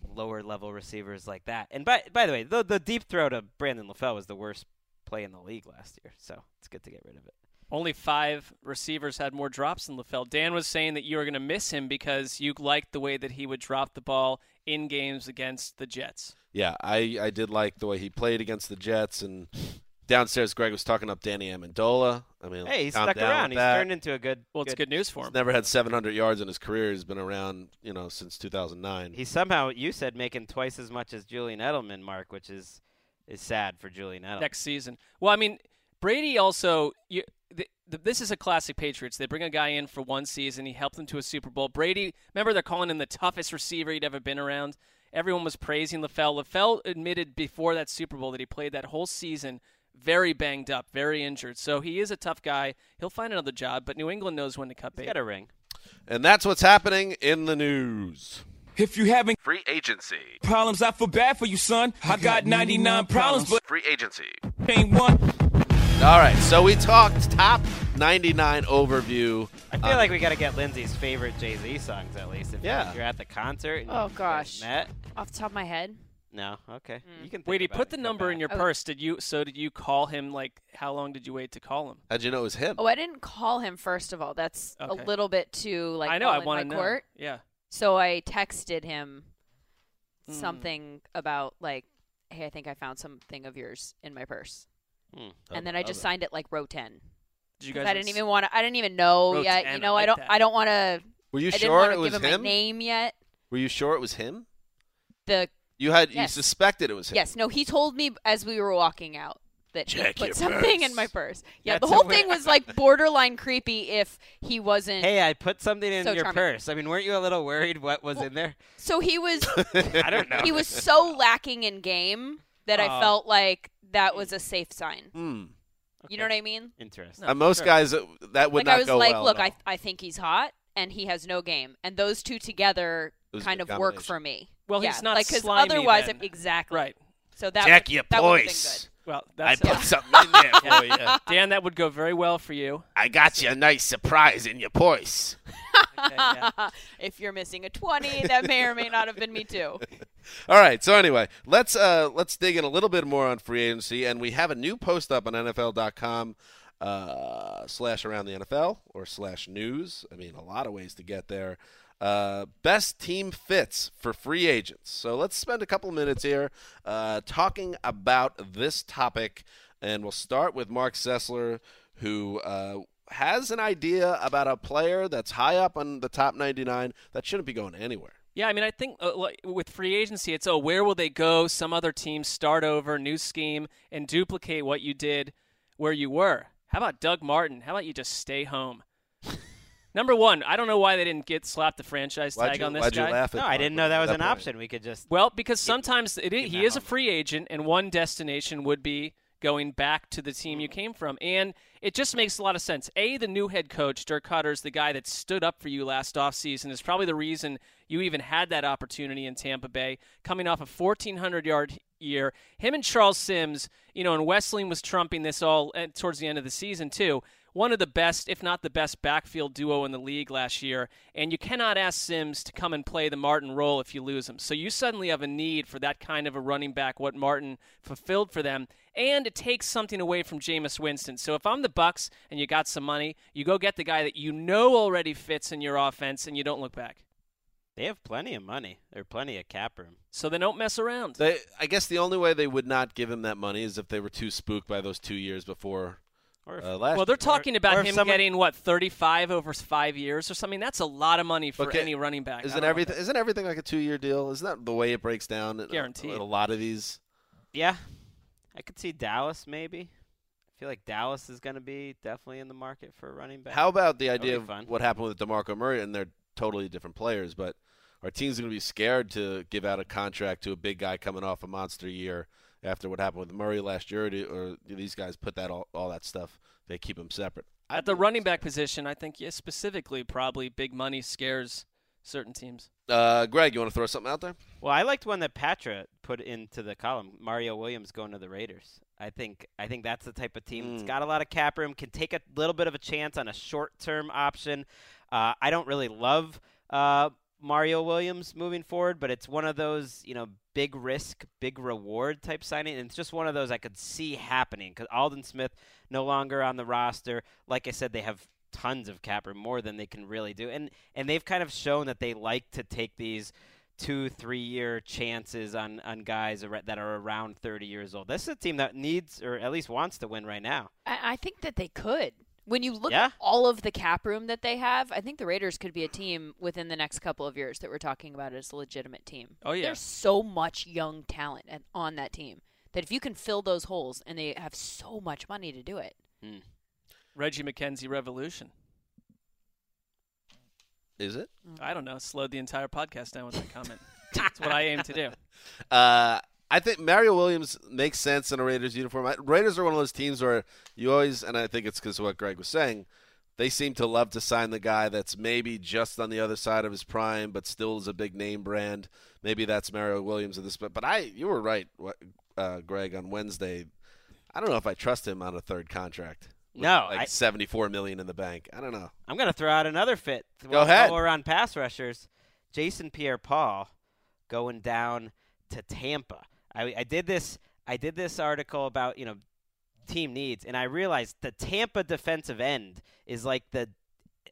G: lower-level receivers like that. And by by the way, the the deep throw to Brandon LaFell was the worst play in the league last year, so it's good to get rid of it.
F: Only five receivers had more drops than LaFell. Dan was saying that you were going to miss him because you liked the way that he would drop the ball in games against the Jets.
D: Yeah, I, I did like the way he played against the Jets, and downstairs, Greg was talking up Danny Amendola. I mean,
K: Hey, he's
D: I'm
K: stuck
D: down with
K: around. He's
D: that.
K: turned into a good.
G: Well, it's good news for him.
D: He's never had 700 yards in his career. He's been around, you know, since 2009.
K: He's somehow you said making twice as much as Julian Edelman, Mark, which is is sad for Julian Edelman.
G: next season. Well, I mean, Brady also. You, th th this is a classic Patriots. They bring a guy in for one season. He helped them to a Super Bowl. Brady, remember they're calling him the toughest receiver he'd ever been around. Everyone was praising LaFell. LaFell admitted before that Super Bowl that he played that whole season very banged up, very injured. So he is a tough guy. He'll find another job, but New England knows when to cut bait.
K: got a ring.
D: And that's what's happening in the news.
L: If you having
D: free agency
L: problems, I feel bad for you, son. I got 99 problems, but
D: free agency.
L: ain't one.
D: All right, so we talked top 99 overview.
K: I feel like we got to get Lindsay's favorite Jay Z songs at least. If
D: Yeah.
K: you're at the concert. And
E: Oh
K: you
E: gosh.
K: guys met.
E: Off the top of my head.
K: No. Okay. You can. Think
G: Mm. Wait, he
K: about
G: put
K: it.
G: the number in your
E: Okay.
G: purse. Did you? So did you call him? Like, how long did you wait to call him?
D: How'd you know it was him?
E: Oh, I didn't call him first of all. That's
G: Okay.
E: a little bit too like
G: I know.
E: all
G: I
E: in
G: want
E: my
G: to know.
E: court.
G: Yeah.
E: So I texted him
G: Mm.
E: something about like, hey, I think I found something of yours in my purse,
K: Hmm.
E: and then I just signed it like row ten.
G: Did you
E: 'Cause
G: guys?
E: I didn't even want to. I didn't even know
G: Row
E: yet.
G: 10,
E: You
G: I
E: know, I
G: like
E: don't.
G: that.
E: I don't want to.
D: Were you
E: I didn't
D: sure
E: want
D: it
E: to give
D: was
E: him
D: him?
E: my name yet.
D: Were you sure it was him?
E: The
D: You had
E: Yes.
D: you suspected it was him.
E: yes, no, he told me as we were walking out that he
D: Check your
E: put something in my purse. Yeah,
K: That's
E: the whole
K: a
E: thing was like borderline creepy if he wasn't.
K: Hey, I put something in
E: So
K: your
E: charming.
K: purse. I mean, weren't you a little worried what was in there?
E: So he was
K: I don't know.
E: he was so lacking in game that I
K: Oh.
E: felt like that was a safe sign.
D: Hmm.
E: You know what I mean?
K: Interesting.
D: And most guys uh, that
E: Oh, like
D: would not
E: I was
D: go
E: like,
D: well.
E: look,
D: at
E: I I think he's hot and he has no game, and those two together
D: It was a
E: kind
D: good
E: of work
D: combination.
E: for me.
G: Well,
E: yeah.
G: he's not
E: like because
G: slimy
E: otherwise,
G: then.
E: exactly
G: Right.
E: So that
D: Check
E: would,
D: your
E: that would've been
D: voice.
E: good.
G: Well, that's
D: something in there for you.
G: Dan. That would go very well for you.
D: I got you a nice surprise in your voice.
E: if you're missing a twenty, that may or may not have been me too.
D: All right. So anyway, let's uh let's dig in a little bit more on free agency, and we have a new post up on NFL.com uh, slash around the NFL or slash news. I mean, a lot of ways to get there. Uh, best team fits for free agents. So let's spend a couple minutes here uh, talking about this topic, and we'll start with Mark Sessler, who. Uh, has an idea about a player that's high up on the top 99 that shouldn't be going anywhere.
G: Yeah, I mean, I think uh, like, with free agency, it's oh, where will they go? Some other team start over, new scheme, and duplicate what you did where you were. How about Doug Martin? How about you just stay home? Number one, I don't know why they didn't get slapped the franchise
D: Why'd
G: tag
D: you-
G: on this
D: why'd you
G: guy.
D: laugh at
K: No, I
D: Mark
K: didn't
D: Sessler
K: know that
D: at
K: was an
D: point?
K: option. We could just.
G: Well, because sometimes it, is-
K: that
G: he is a
K: home.
G: free agent, and one destination would be going back to the team you came from. And it just makes a lot of sense. A, the new head coach, Dirk Cutter's the guy that stood up for you last offseason, is probably the reason you even had that opportunity in Tampa Bay, coming off a 1,400 yard year. Him and Charles Sims, you know, and Wesleyan was trumping this all at, towards the end of the season, too one of the best, if not the best, backfield duo in the league last year. And you cannot ask Sims to come and play the Martin role if you lose him. So you suddenly have a need for that kind of a running back, what Martin fulfilled for them. And it takes something away from Jameis Winston. So if I'm the Bucks and you got some money, you go get the guy that you know already fits in your offense and you don't look back.
K: They have plenty of money. Or plenty of cap room.
G: So they don't mess around.
D: They, I guess the only way they would not give him that money is if they were too spooked by those two years before
K: Or if,
D: uh, last.
G: well, they're
D: year.
G: talking
K: or
G: about
K: if
G: him
K: someone-
G: getting what 35 over 5 years or something. That's a lot of money for
D: But ca-
G: any running back. I
D: Isn't
G: don't know
D: everything?
G: that-
D: Isn't everything like a two-year deal? Isn't that the way it breaks down? in-
G: Guaranteed.
D: in A lot of these.
K: yeah, I could see Dallas maybe. I feel like Dallas is going to be definitely in the market for a running back.
D: How about the
K: That'd be
D: idea
K: fun.
D: of what happened with Demarco Murray, and they're totally different players, but our team's going to be scared to give out a contract to a big guy coming off a monster year after what happened with Murray last year, or do- or do these guys put that all, all that stuff. They keep them separate.
G: At the running back position, I think yeah, specifically probably big money scares certain teams.
D: Uh, Greg, you want to throw something out there?
K: Well, I liked one that Patra put into the column. Mario Williams going to the Raiders. I think I think that's the type of team that's
D: Mm.
K: got a lot of cap room, can take a little bit of a chance on a short-term option. Uh, I don't really love uh, Mario Williams moving forward, but it's one of those you know big risk, big reward type signing, and it's just one of those I could see happening because Alden Smith no longer on the roster. Like I said, they have tons of cap room, more than they can really do, and and they've kind of shown that they like to take these
G: two, three year chances on on guys ar- that are around 30 years old. This is a team that needs or at least wants to win right now.
E: I, I think that they could. When you look
G: Yeah.
E: at all of the cap room that they have, I think the Raiders could be a team within the next couple of years that we're talking about as a legitimate team.
F: Oh, yeah.
E: There's so much young talent at, on that team that if you can fill those holes and they have so much money to do it.
F: Reggie McKenzie revolution.
D: Is it?
F: I don't know. Slowed the entire podcast down with that comment. That's what I aim to do.
D: Uh, I think Mario Williams makes sense in a Raiders uniform. I- Raiders are one of those teams where you always, and I think it's because of what Greg was saying, they seem to love to sign the guy that's maybe just on the other side of his prime, but still is a big name brand. Maybe that's Mario Williams at this, but but I, you were right, what, uh, Greg, on Wednesday. I don't know if I trust him on a third contract. with
G: No,
D: like
G: Oh, I-
D: seventy-four million in the bank. I don't know.
G: I'm going to throw out another fit.
D: Go
G: While- while
D: ahead.
G: We're on pass rushers. Jason Pierre-Paul going down to Tampa. I, I did this. I did this article about you know team needs, and I realized the Tampa defensive end is like the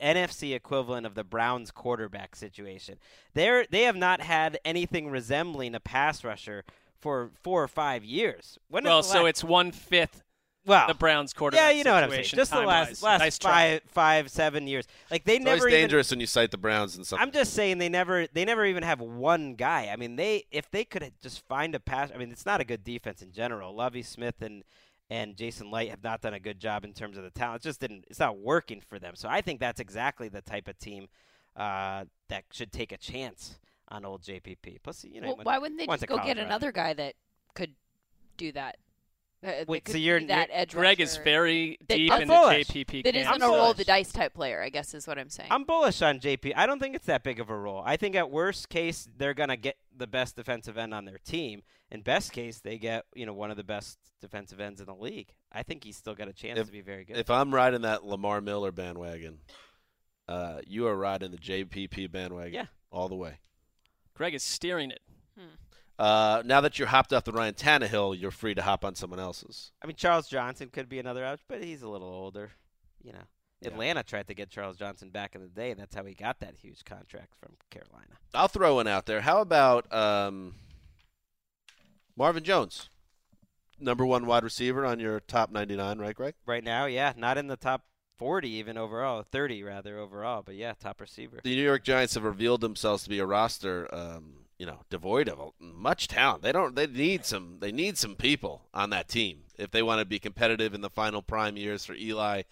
G: NFC equivalent of the Browns quarterback situation. They're they have not had anything resembling a pass rusher for four or five years. When is
F: well,
G: the
F: so
G: last-
F: it's one fifth.
G: Wow.
F: the Browns quarterback.
G: yeah, you know what I'm saying.
F: situation,
G: Just the last
F: time-wise.
G: last
F: Nice try.
G: five five seven years, like they
D: It's
G: never
D: always
G: even-
D: dangerous when you cite the Browns and something.
G: I'm just saying they never they never even have one guy. I mean they if they could just find a pass. I mean it's not a good defense in general. Lovey Smith and and Jason Light have not done a good job in terms of the talent. It just didn't. It's not working for them. So I think that's exactly the type of team uh, that should take a chance on old JPP. Plus you
E: well,
G: know he went-
E: why wouldn't they
G: went
E: just go
G: to
E: get
G: Colorado.
E: another guy that could do that? Uh, that
G: Wait, so
E: could
G: you're-
E: be that
G: you're-
E: edge
F: Greg is
E: rusher
F: very
E: that
F: deep
E: doesn't-
F: into I'm bullish. JPP
E: That
F: camp.
E: isn't a
F: I'm
E: roll
F: bullish.
E: the dice type player, I guess is what I'm saying.
G: I'm bullish on JP. I don't think it's that big of a role. I think at worst case they're gonna get the best defensive end on their team, and best case they get you know one of the best defensive ends in the league. I think he's still got a chance to be very good.
D: If I'm riding that Lamar Miller bandwagon, uh, you are riding the JPP bandwagon
F: Yeah.
D: all the way.
F: Greg is steering it.
D: Uh, now that you're hopped off the Ryan Tannehill, you're free to hop on someone else's.
G: I mean Charles Johnson could be another option, but he's a little older. You know, Atlanta tried to get Charles Johnson back in the day, and that's how he got that huge contract from Carolina.
D: I'll throw one out there. How about um, Marvin Jones, number one wide receiver on your top 99, right, Greg?
G: Right now, yeah, not in the top forty even overall, thirty rather overall, but yeah, top receiver.
D: The New York Giants have revealed themselves to be a roster, um, you know, devoid of much talent. They don't. They need some. They need some people on that team if they want to be competitive in the final prime years for Eli.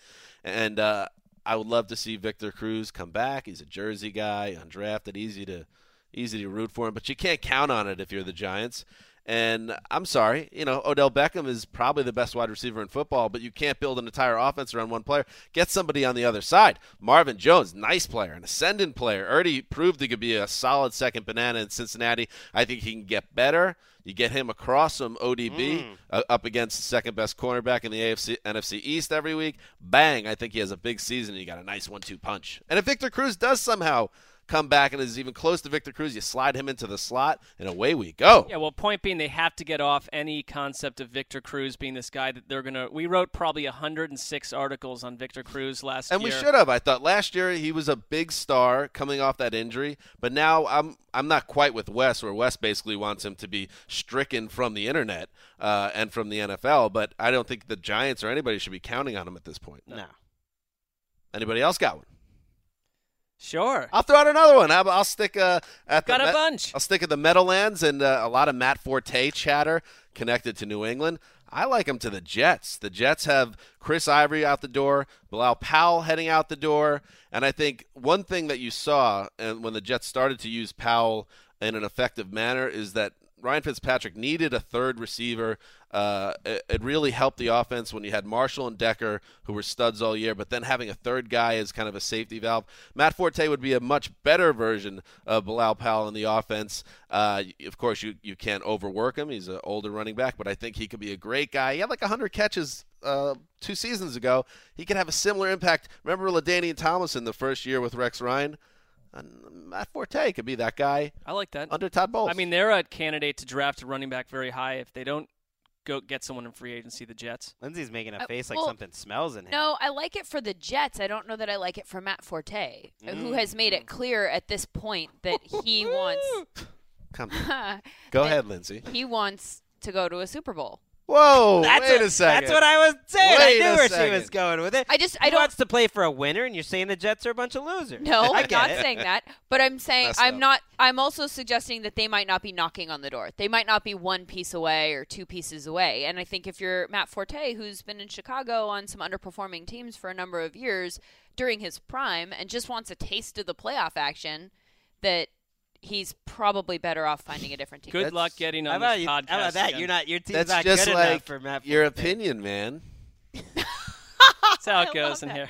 D: And uh, I would love to see Victor Cruz come back. He's a Jersey guy, undrafted, easy to easy to root for him, but you can't count on it if you're the Giants. And I'm sorry, you know, Odell Beckham is probably the best wide receiver in football, but you can't build an entire offense around one player. Get somebody on the other side. Marvin Jones, nice player, an ascendant player. Already proved he could be a solid second banana in Cincinnati. I think he can get better. You get him across some ODB
G: Mm.
D: uh, up against the second best cornerback in the AFC NFC East every week. Bang! I think he has a big season. You got a nice one-two punch. And if Victor Cruz does somehow come back and is even close to Victor Cruz, you slide him into the slot, and away we go.
F: Yeah, well, point being, they have to get off any concept of Victor Cruz being this guy that they're going to. We wrote probably 106 articles on Victor Cruz last
D: And
F: year.
D: we should have. I thought last year he was a big star coming off that injury, but now I'm I'm not quite with Wes, where Wes basically wants him to be stricken from the internet uh, and from the NFL. But I don't think the Giants or anybody should be counting on him at this point.
G: No.
D: Anybody else got one?
F: Sure.
D: I'll throw out another one. I'll, I'll stick uh, at
F: Got
D: the
F: a bunch.
D: I'll stick at the Meadowlands and uh, a lot of Matt Forte chatter connected to New England. I like him to the Jets. The Jets have Chris Ivory out the door, Bilal Powell heading out the door, and I think one thing that you saw and when the Jets started to use Powell in an effective manner is that Ryan Fitzpatrick needed a third receiver. Uh, it, it really helped the offense when you had Marshall and Decker, who were studs all year, but then having a third guy as kind of a safety valve. Matt Forte would be a much better version of Bilal Powell in the offense. Uh, y- of course, you, you can't overwork him. He's an older running back, but I think he could be a great guy. He had like 100 catches uh, two seasons ago. He could have a similar impact. Remember LaDainian Tomlinson the first year with Rex Ryan? And Matt Forte could be that guy
F: I like that.
D: under Todd Bowles.
F: I mean, they're a candidate to draft a running back very high if they don't go get someone in free agency. The Jets.
G: Lindsay's making
E: Uh,
G: a face
E: well,
G: like something smells in him.
E: No, I like it for the Jets. I don't know that I like uh, it for Matt Forte, who has made it clear at this point that he wants
D: Come. Go ahead, Lindsay.
E: He wants to go to a Super Bowl.
D: Whoa,
G: That's
D: wait
G: what,
D: a second.
G: That's what I was saying.
D: Wait
G: I
D: a
G: knew where she
D: second.
G: was going with it.
E: I just-
G: He
E: I don't-
G: wants to play for a winner, and you're saying the Jets are a bunch of losers.
E: No,
G: I
E: I'm
G: get
E: not
G: it.
E: saying that. But I'm saying
G: Messed
E: I'm
G: up.
E: not. I'm also suggesting that they might not be knocking on the door. They might not be one piece away or two pieces away. And I think if you're Matt Forte, who's been in Chicago on some underperforming teams for a number of years during his prime, and just wants a taste of the playoff action, that he's probably better off finding a different team.
F: Good luck getting on
G: How about
F: this
G: you- how
F: podcast.
G: about that?
F: again.
G: You're not- your team's
D: That's
G: not
D: just
G: good enough
D: like
G: for Matt
D: your
G: Forte.
D: opinion, man.
F: That's how it goes in here.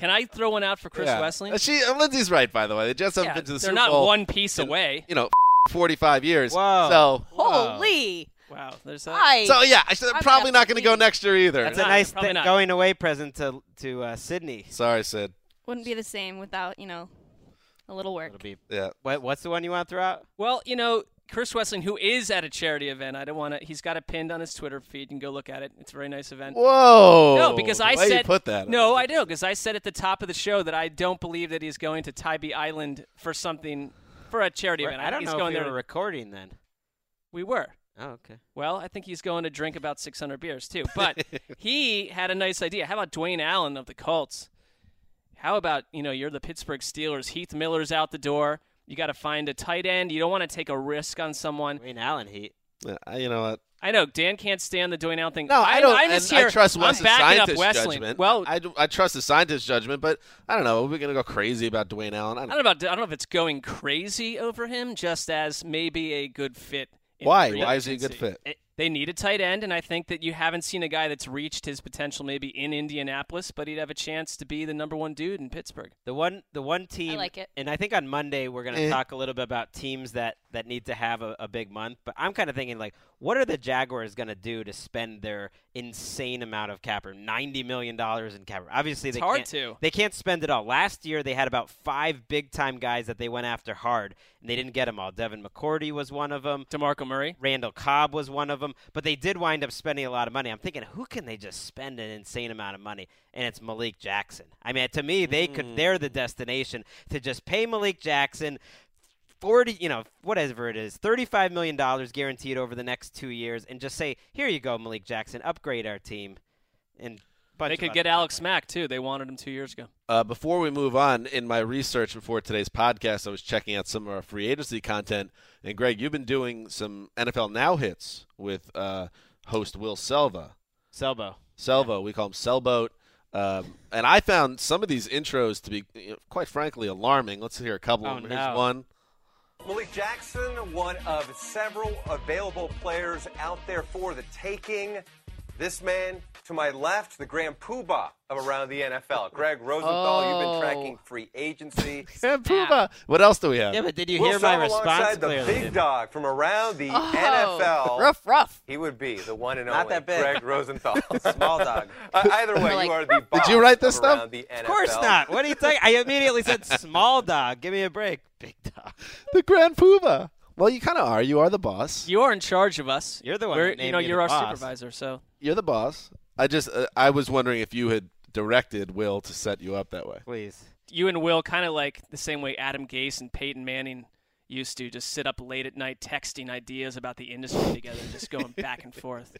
F: Can I throw one out for Chris
D: Yeah.
F: Wessling?
D: Uh, She uh, Lindsay's right, by the way. They just haven't
F: Yeah,
D: been to the
F: they're
D: Super
F: not
D: Bowl
F: one piece
D: in,
F: away.
D: You know, 45 years.
G: Whoa.
D: So,
E: Holy!
F: Wow, there's that.
E: Hi.
D: so yeah, I should,
E: I'm
D: am probably
E: gonna
D: not going to go next year either.
G: That's
F: Not,
G: a nice
F: probably
G: th-
F: not.
G: going away present to to uh, Sydney.
D: Sorry, Sid.
H: Wouldn't be the same without, you know, a little work.
G: It'll be.
D: Yeah.
G: What, what's the one you want to throw out?
F: Well, you know, Chris Wessling, who is at a charity event, I don't want to. He's got it pinned on his Twitter feed. You can go look at it. It's a very nice event.
D: Whoa.
F: No, because
D: the
F: I
D: way
F: said
D: Oh, you put that.
F: No, I do because I said at the top of the show that I don't believe that he's going to Tybee Island for something for a charity
G: We're-
F: event.
G: I don't
F: think
G: know
F: he's going
G: if we
F: there.
G: were recording then.
F: we were.
G: Oh, okay.
F: Well, I think he's going to drink about 600 beers too. But he had a nice idea. How about Dwayne Allen of the Colts? How about, you know, you're the Pittsburgh Steelers. Heath Miller's out the door. You got to find a tight end. You don't want to take a risk on someone.
G: Wayne Allen Heat.
D: Yeah, I- you know what?
F: I know Dan can't stand the Dwayne Allen thing.
D: No, I don't.
F: I'm just
D: and
F: here.
D: I trust
F: I'm
D: Wes's
F: backing up
D: scientist
F: Wesley.
D: judgment.
F: Well, I,
D: I, do- I trust the scientist judgment, but I don't know. We're going to go crazy about Dwayne Allen. I
F: don't know about. I don't know if it's going crazy over him, just as maybe a good fit. in
D: Why?
F: free
D: Why is he a good
F: agency.
D: fit?
F: It- They need a tight end, and I think that you haven't seen a guy that's reached his potential maybe in Indianapolis, but he'd have a chance to be the number one dude in Pittsburgh.
G: The one, the one team,
E: like it.
G: and I think on Monday we're going to
D: Eh.
G: talk a little bit about teams that that need to have a, a big month. But I'm kind of thinking like, what are the Jaguars going to do to spend their insane amount of cap room, ninety million dollars in cap room? Obviously,
F: It's
G: they
F: hard
G: can't,
F: to.
G: They can't spend it all. Last year they had about five big time guys that they went after hard, and they didn't get them all. Devin McCourty was one of them.
F: Demarco Murray.
G: Randall Cobb was one of them, but they did wind up spending a lot of money. I'm thinking, who can they just spend an insane amount of money? And it's Malik Jackson. I mean, to me, they
F: Mm.
G: could they're the destination to just pay Malik Jackson. 40, you know, whatever it is, $35 million guaranteed over the next two years, and just say, here you go, Malik Jackson, upgrade our team. And bunch
F: They
G: of
F: could
G: other
F: get
G: stuff.
F: Alex Mack too. They wanted him two years ago.
D: Uh, before we move on, in my research before today's podcast, I was checking out some of our free agency content. And Greg, you've been doing some NFL Now hits with uh, host Will Selva.
G: Selbo.
D: Selvo, we call him Selboat. Um, and I found some of these intros to be, you know, quite frankly, alarming. Let's hear a couple
G: Oh,
D: of them.
G: no.
D: Here's one.
J: Malik Jackson, one of several available players out there for the taking. This man to my left, the grand poobah of around the NFL, Greg Rosenthal. You've
F: Oh.
J: been tracking free agency.
D: And Puma. Uh, What else do we have?
G: Yeah, but did you
J: We'll
G: hear my
J: settle
G: response
J: alongside
G: clearly?
J: the
G: dude?
J: big dog from around the
D: Oh,
J: NFL.
E: Rough, rough.
J: He would be the one and
G: Not
J: only
G: that big.
J: Greg Rosenthal.
G: Small dog.
J: Uh, either way,
E: Like-
J: you are the boss
D: Did you write this
J: of
D: stuff?
J: around the
G: Of course
J: NFL.
G: not. What are you talking? I immediately said small dog. Give me a break, big dog.
D: The Grand Puma. Well, you kind of are. You are the boss.
F: You are in charge of us.
G: You're the one
F: We're-
G: that named
F: you know,
G: me the
F: you're our
G: boss.
F: supervisor. So
D: You're the boss. I just, uh, I was wondering if you had directed Will to set you up that way.
G: Please.
F: you and Will kind of like the same way Adam Gase and Peyton Manning used to just sit up late at night texting ideas about the industry together, just going back and forth.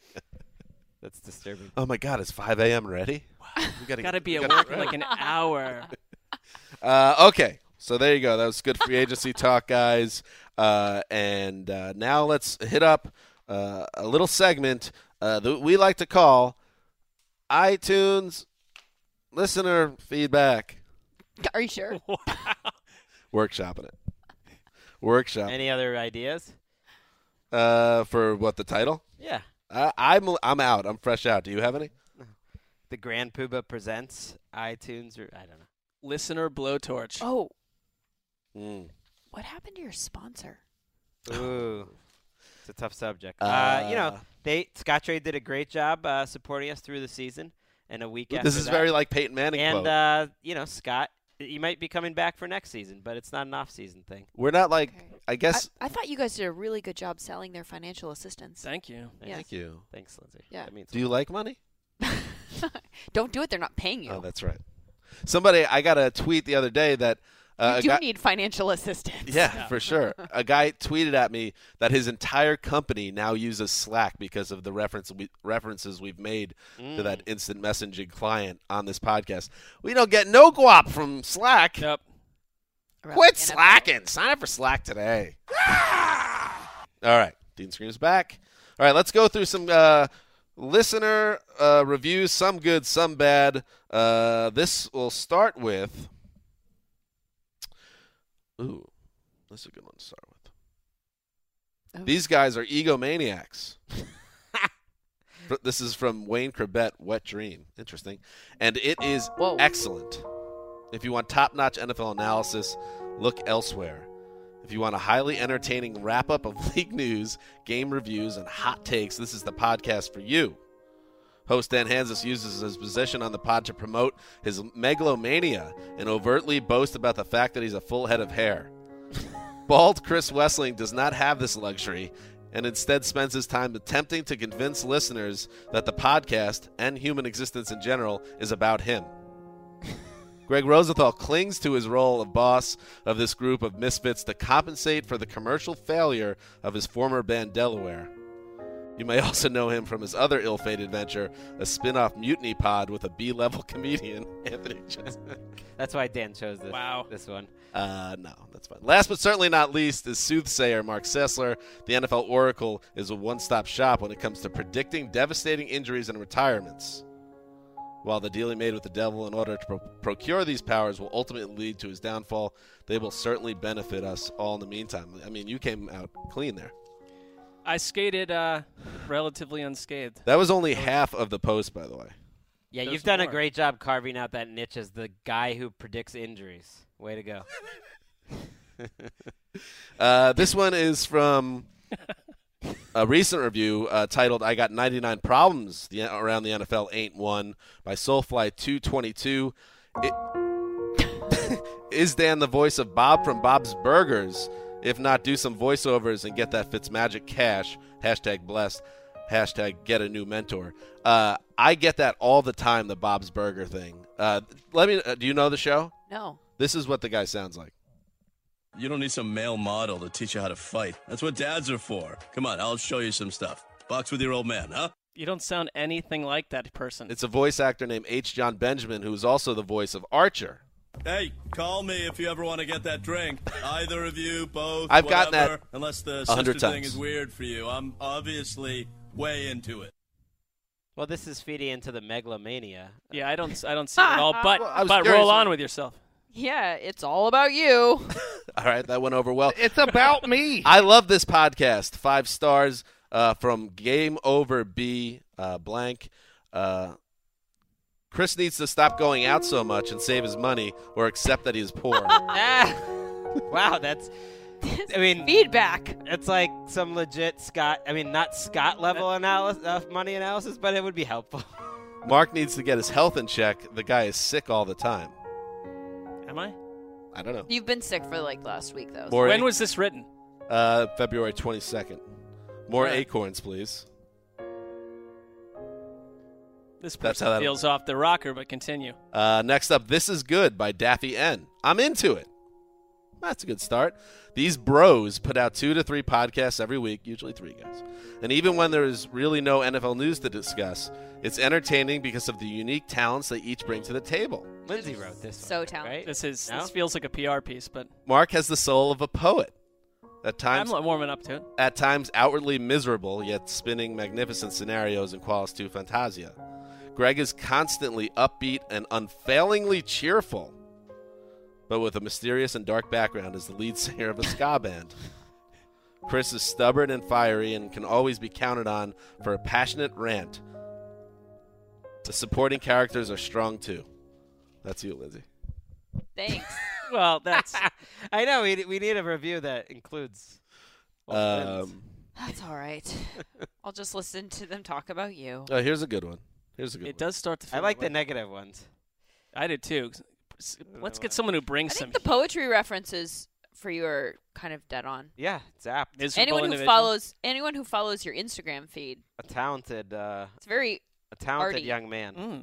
G: That's disturbing.
D: Oh my God, it's 5 a.m. ready? Wow. We gotta,
F: Got to
D: get-
F: be
D: we
F: at
D: gotta
F: work
D: get
F: in
D: ready.
F: like an hour.
D: Uh, okay, so there you go. That was good free agency talk, guys. Uh, and uh, now let's hit up uh, a little segment uh, that we like to call iTunes Listener Feedback.
E: Are you sure?
D: Workshopping it. Workshop
G: Any other ideas?
D: uh, for what the title?
G: Yeah.
D: I, I'm I'm out. I'm fresh out. Do you have any?
G: The Grand Pooba presents iTunes or I don't know.
F: Listener blowtorch.
E: Oh,
D: Mm.
E: what happened to your sponsor?
G: Ooh, it's a tough subject. Uh, you know,
D: Uh.
G: they Scottrade did a great job uh, supporting us through the season and a week.
D: This
G: after
D: is
G: that.
D: very like Peyton Manning
G: And
D: quote.
G: uh, you know, Scott, you might be coming back for next season, but it's not an off-season thing.
D: We're not like
E: Okay.
D: I guess.
E: I, I thought you guys did a really good job selling their financial assistance.
F: Thank you.
G: Thank
E: Yes.
D: you.
G: Thanks, Lindsay.
E: Yeah.
G: That means
D: Do you like money?
E: Don't do it. They're not paying you.
D: Oh, that's right. Somebody, I got a tweet the other day that Uh, a
E: you do
D: guy-
E: need financial assistance.
D: Yeah, for sure. A guy tweeted at me that his entire company now uses Slack because of the reference we, references we've made to
G: Mm.
D: that instant messaging client on this podcast. We don't get no guap from Slack.
F: Yep.
D: Quit slacking. Sign up for Slack today. All right, Dean Scream's back. All right, let's go through some uh, listener uh, reviews, some good, some bad. Uh, this will start with. Ooh, that's a good one to start with. These guys are egomaniacs. Fr- this is from Wayne Corbett, Wet Dream. Interesting. And it is excellent. If you want top notch NFL analysis, look elsewhere. If you want a highly entertaining wrap up of league news, game reviews, and hot takes, this is the podcast for you. Host Dan Hansis uses his position on the pod to promote his megalomania and overtly boast about the fact that he's a full head of hair. Bald Chris Wessling does not have this luxury and instead spends his time attempting to convince listeners that the podcast and human existence in general is about him. Greg Rosenthal clings to his role of boss of this group of misfits to compensate for the commercial failure of his former band Delaware. You may also know him from his other ill-fated venture, a spin-off mutiny pod with a B-level comedian, Anthony Chesnut.
G: That's why Dan chose this. Wow. This one.
D: Uh, no, that's fine. Last but certainly not least is soothsayer Mark Sessler. The NFL Oracle is a one stop shop when it comes to predicting devastating injuries and retirements. While the deal he made with the devil in order to pro- procure these powers will ultimately lead to his downfall, they will certainly benefit us all in the meantime. I mean, you came out clean there.
F: I skated uh, relatively unscathed.
D: That was only half of the post, by the way.
G: Yeah,
F: There's
G: you've done
F: more.
G: a great job carving out that niche as the guy who predicts injuries. Way to go.
D: Uh, this one is from a recent review uh, titled "I Got 99 Problems the, Around the NFL Ain't One" by Soulfly 222. It, is Dan the voice of Bob from Bob's Burgers? If not, do some voiceovers and get that Fitzmagic cash. Hashtag blessed. Hashtag get a new mentor. Uh, I get that all the time. The Bob's Burger thing. Uh, let me. Uh, do you know the show?
E: No.
D: This is what the guy sounds like.
K: You don't need some male model to teach you how to fight. That's what dads are for. Come on, I'll show you some stuff. Box with your old man, huh?
F: You don't sound anything like that person.
D: It's a voice actor named H. John Benjamin, who is also the voice of Archer.
K: Hey, call me if you ever want to get that drink. Either of you, both.
D: I've gotten
K: whatever,
D: that
K: Unless the
D: a
E: Uh-huh.
K: sister
D: hundred
K: thing
D: times.
K: is weird for you, I'm obviously way into it.
G: Well, this is feeding into the megalomania.
F: Yeah, I don't, I don't see it at all. But,
E: Well, I was
F: but
E: curious.
F: roll on with yourself.
E: Yeah, it's all about you.
D: All right, that went over well.
E: It's about me.
D: I love this podcast. Five stars uh, from Game Over B uh, blank. Uh, Chris needs to stop going out so much and save his money, or accept that he is poor.
G: Ah. wow, that's. I mean,
E: feedback.
G: It's like some legit Scott. I mean, not Scott level analysis, uh, money analysis, but it would be helpful.
D: Mark needs to get his health in check. The guy is sick all the time.
F: Am I?
D: I don't know.
E: You've been sick for like last week though.
D: More
F: when
D: ac-
F: was this written?
D: Uh, February twenty second. More
F: All right.
D: acorns, please.
F: This
D: That's
F: person
D: how that-
F: feels off the rocker, but continue.
D: Uh, next up, This Is Good by Daffy N. I'm into it. That's a good start. These bros put out two to three podcasts every week, usually three guys. And even when there is really no NFL news to discuss, it's entertaining because of the unique talents they each bring to the table.
G: Lindsay wrote this.
E: So talented.
F: This is
G: No?
F: this feels like a PR piece, but
D: Mark has the soul of a poet. At times,
F: I'm not warming up to it.
D: at times outwardly miserable, yet spinning magnificent scenarios in Qualis 2 Fantasia. Greg is constantly upbeat and unfailingly cheerful, but with a mysterious and dark background as the lead singer of a ska band. Chris is stubborn and fiery and can always be counted on for a passionate rant. The supporting characters are strong too. That's you, Lindsay.
E: Thanks.
F: well, that's.
G: I know we we need a review that includes.
D: Um,
E: That's all right. I'll just listen to them talk about you.
D: oh, here's a good one. Here's a good
F: It does start to.
G: I
F: feel
G: like
F: that
G: the
F: way.
G: negative ones.
F: I did too. S- Let's get someone who brings some
E: The poetry references for you are kind of dead on.
G: Yeah, it's apt.
F: miserable
E: Anyone who
F: individual.
E: follows anyone who follows your Instagram feed,
G: a talented, uh,
E: it's very
G: a talented
E: Arty.
G: young man.
F: Mm,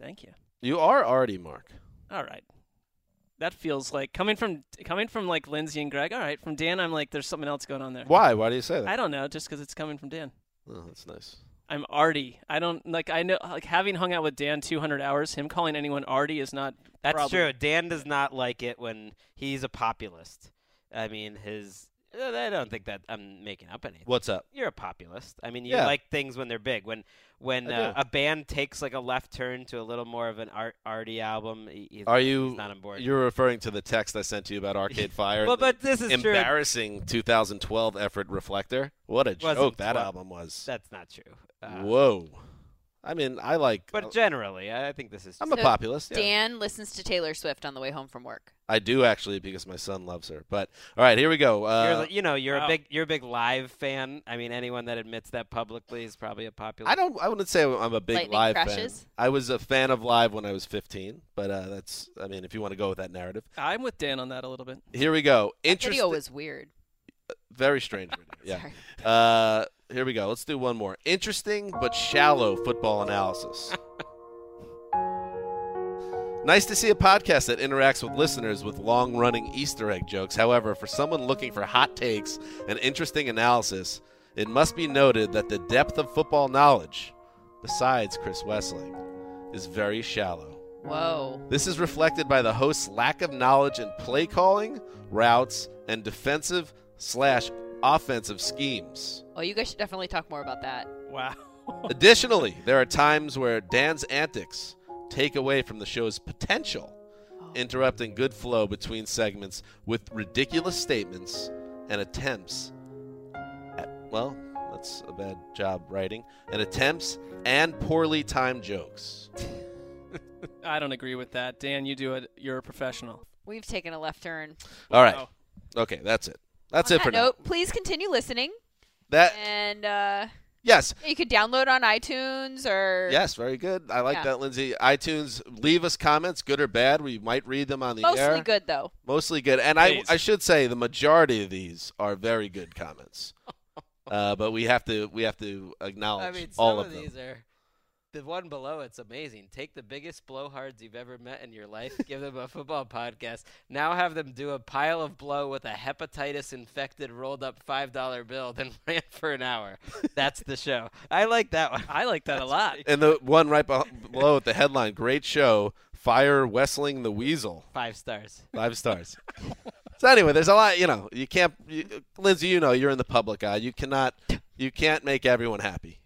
F: thank you.
D: You are already Mark.
F: All right. that feels like coming from coming from like Lindsay and Greg. All right, from Dan, I'm like, there's something else going on there.
D: Why? Why do you say that?
F: I don't know. Just because it's coming from Dan.
D: Oh, that's nice.
F: I'm Artie. I don't like. I know like having hung out with Dan 200 hours. Him calling anyone Artie is not.
G: That's
F: probably-
G: true. Dan does not like it when he's a populist. I mean, his. I don't think that I'm making up anything.
D: What's up?
G: You're a populist. I mean, you
D: Yeah.
G: like things when they're big. When when
D: I
G: uh,
D: do.
G: a band takes like a left turn to a little more of an art arty album, he- he's,
D: Are you?
G: he's not on board.
D: You're referring to the text I sent you about Arcade Fire.
G: Well,
D: and the
G: but this is true.
D: embarrassing. 2012 effort reflector. What a
G: Wasn't
D: joke that
G: twe-
D: album was.
G: That's not true. Uh,
D: Whoa. I mean, I like.
G: But generally, I I think this is.
D: uh, I'm a
G: just-
D: populist. yeah.
E: Dan listens to Taylor Swift on the way home from work.
D: I do actually because my son loves her. But all right, here we go.
G: You're,
D: Uh,
G: li- you know, you're
D: wow.
G: a big, you're a big live fan. I mean, anyone that admits that publicly is probably a popular.
D: I don't. I wouldn't say I'm a big
G: Lightning
D: live
G: crashes?
D: fan. I was a fan of live when I was 15. But uh, that's. I mean, if you want to go with that narrative,
F: I'm with Dan on that a little bit.
D: here we go. Interesting.
E: Video was weird.
D: Very strange video. Yeah. Uh, here we go. Let's do one more. Interesting but shallow football analysis. nice to see a podcast that interacts with listeners with long running Easter egg jokes. However, for someone looking for hot takes and interesting analysis, it must be noted that the depth of football knowledge, besides Chris Wessling, is very shallow.
E: Whoa.
D: This is reflected by the host's lack of knowledge in play calling, routes, and defensive slash offensive schemes.
E: Well, Oh, you guys should definitely talk more about that.
F: Wow.
D: Additionally, there are times where Dan's antics take away from the show's potential,
E: Oh.
D: interrupting good flow between segments with ridiculous statements and attempts at, well, that's a bad job writing, and attempts and poorly timed jokes.
F: I don't agree with that. Dan, you do it. You're a professional.
E: We've taken a left turn.
D: All right. Okay, that's it. That's
E: On
D: it for
E: that
D: now.
E: note, please continue listening.
D: That
E: And uh,
D: yes,
E: you could download on iTunes or
D: Yes, very good. I like
E: Yeah.
D: that, Lindsay. iTunes, leave us comments, good or bad. We might read them on the
E: mostly
D: air.
E: good though.
D: Mostly good. And I, I should say the majority of these are very good comments. uh, but we have to we have to acknowledge
G: I mean, some
D: all
G: of,
D: of them.
G: these are. The one below it's amazing. Take the biggest blowhards you've ever met in your life, give them a football podcast. Now have them do a pile of blow with a hepatitis infected rolled up five dollar bill, then rant for an hour. That's the show. I like that one.
F: I like that a lot.
D: And the one right beh- below it, the headline, great show, fire Wessling the Weasel.
G: Five stars.
D: Five stars. so anyway, there's a lot, you know, you can't you, Lindsay, you know, you're in the public eye. You cannot you can't make everyone happy.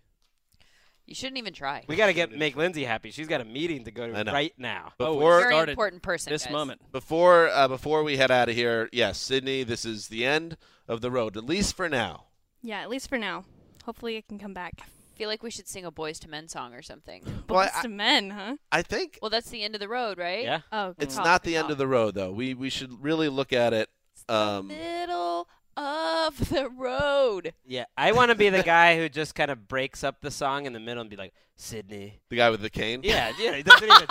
E: You shouldn't even try.
G: We gotta get make Lindsay happy. She's got a meeting to go
D: I
G: to
D: know.
G: right now.
F: Oh,
D: Before-
E: Very important person. guys.
D: Before uh, before we head out of here, yes, Sydney, this is the end of the road, at least for now.
H: Yeah, at least for now. Hopefully, it can come back.
E: feel like we should sing a boys to men song or something.
H: Boys to men, huh?
D: I think
E: Well, that's the end of the road, right? Oh, good
D: it's
E: call,
D: not
E: good
D: the end
E: call.
D: of the road though. We we should really look at it. Um,
E: middle of the road.
G: Yeah. I wanna be the guy who just kind of breaks up the song in the middle and be like, Sydney.
D: the guy with the cane.
G: Yeah, yeah. He doesn't even.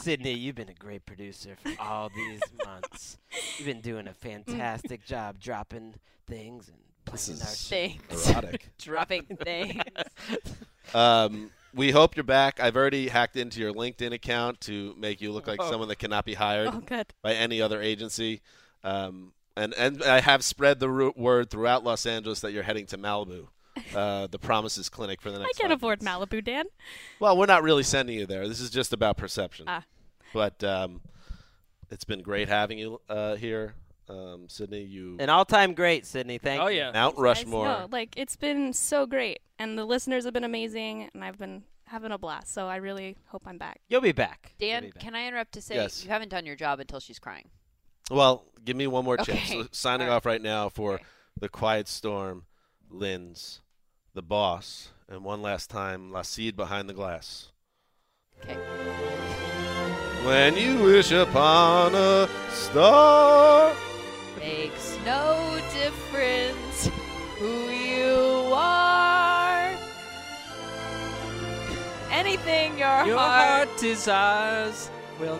G: Sydney, you've been a great producer for all these months. You've been doing a fantastic job dropping things and planning our
E: Things.
D: erotic.
E: Dropping things.
D: Um, we hope you're back. I've already hacked into your LinkedIn account to make you look like
E: Oh.
H: Whoa.
D: someone that cannot be hired
H: Oh, good.
D: by any other agency. Um, and and I have spread the ru- word throughout Los Angeles that you're heading to Malibu, uh, the Promises Clinic for the
H: I
D: next.
H: can't
D: five
H: afford Malibu, Dan.
D: Well, we're not really sending you there. This is just about perception.
H: Ah.
D: But um, it's been great having you uh, here, um, Sydney. You
G: An all-time great, Sydney. Thank
D: Oh,
G: you.
D: yeah. Mount Rushmore.
H: No, like it's been so great, and the listeners have been amazing, and I've been having a blast. So I really hope I'm back.
G: You'll be back.
E: Dan, can I interrupt to say
D: Yes.
E: you haven't done your job until she's crying?
D: well, give me one more chance.
E: Okay.
D: So signing off right now for the Quiet Storm, Linz, the boss, and one last time, La Seed behind the glass. Okay. When you wish upon a star.
E: Makes no difference who you are. Anything your,
F: Your
E: heart.
F: heart desires will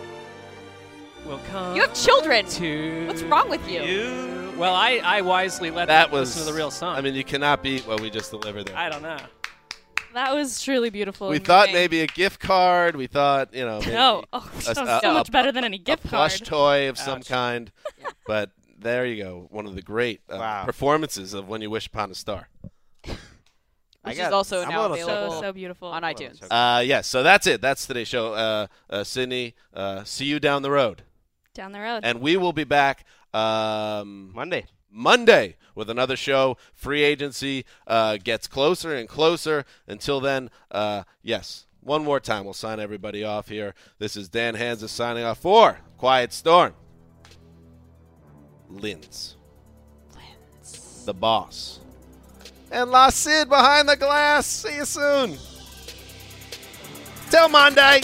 F: will come.
E: You have children.
F: To
E: What's wrong with you?
F: Well, I, I wisely let
D: That
F: them
D: was
F: listen to the real song.
D: I mean, you cannot beat what we just delivered there.
F: I don't know.
H: That was truly beautiful.
D: We
H: and
D: thought
H: moving.
D: maybe a gift card. We thought, you know, maybe
H: No. Oh,
D: a-
H: that was
D: a-
H: so
D: a-
H: much better than any gift
D: a plush
H: card.
D: toy of some kind. But there you go, one of the great uh, performances of "When You Wish Upon a Star."
G: I
E: Which
G: got-
E: is also
G: I'm
E: now
G: on a
E: available
G: so-
H: so beautiful
E: on iTunes.
D: Uh, yeah, so that's it. That's today's show. Uh, uh, Sydney, uh, see you down the road.
H: down the road.
D: And we will be back um,
G: Monday.
D: Monday with another show. Free agency uh, gets closer and closer. Until then, uh, yes, one more time, we'll sign everybody off here. This is Dan Hansa signing off for Quiet Storm. Linz. The boss. And La Sid behind the glass. See you soon. Till Monday.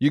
M: You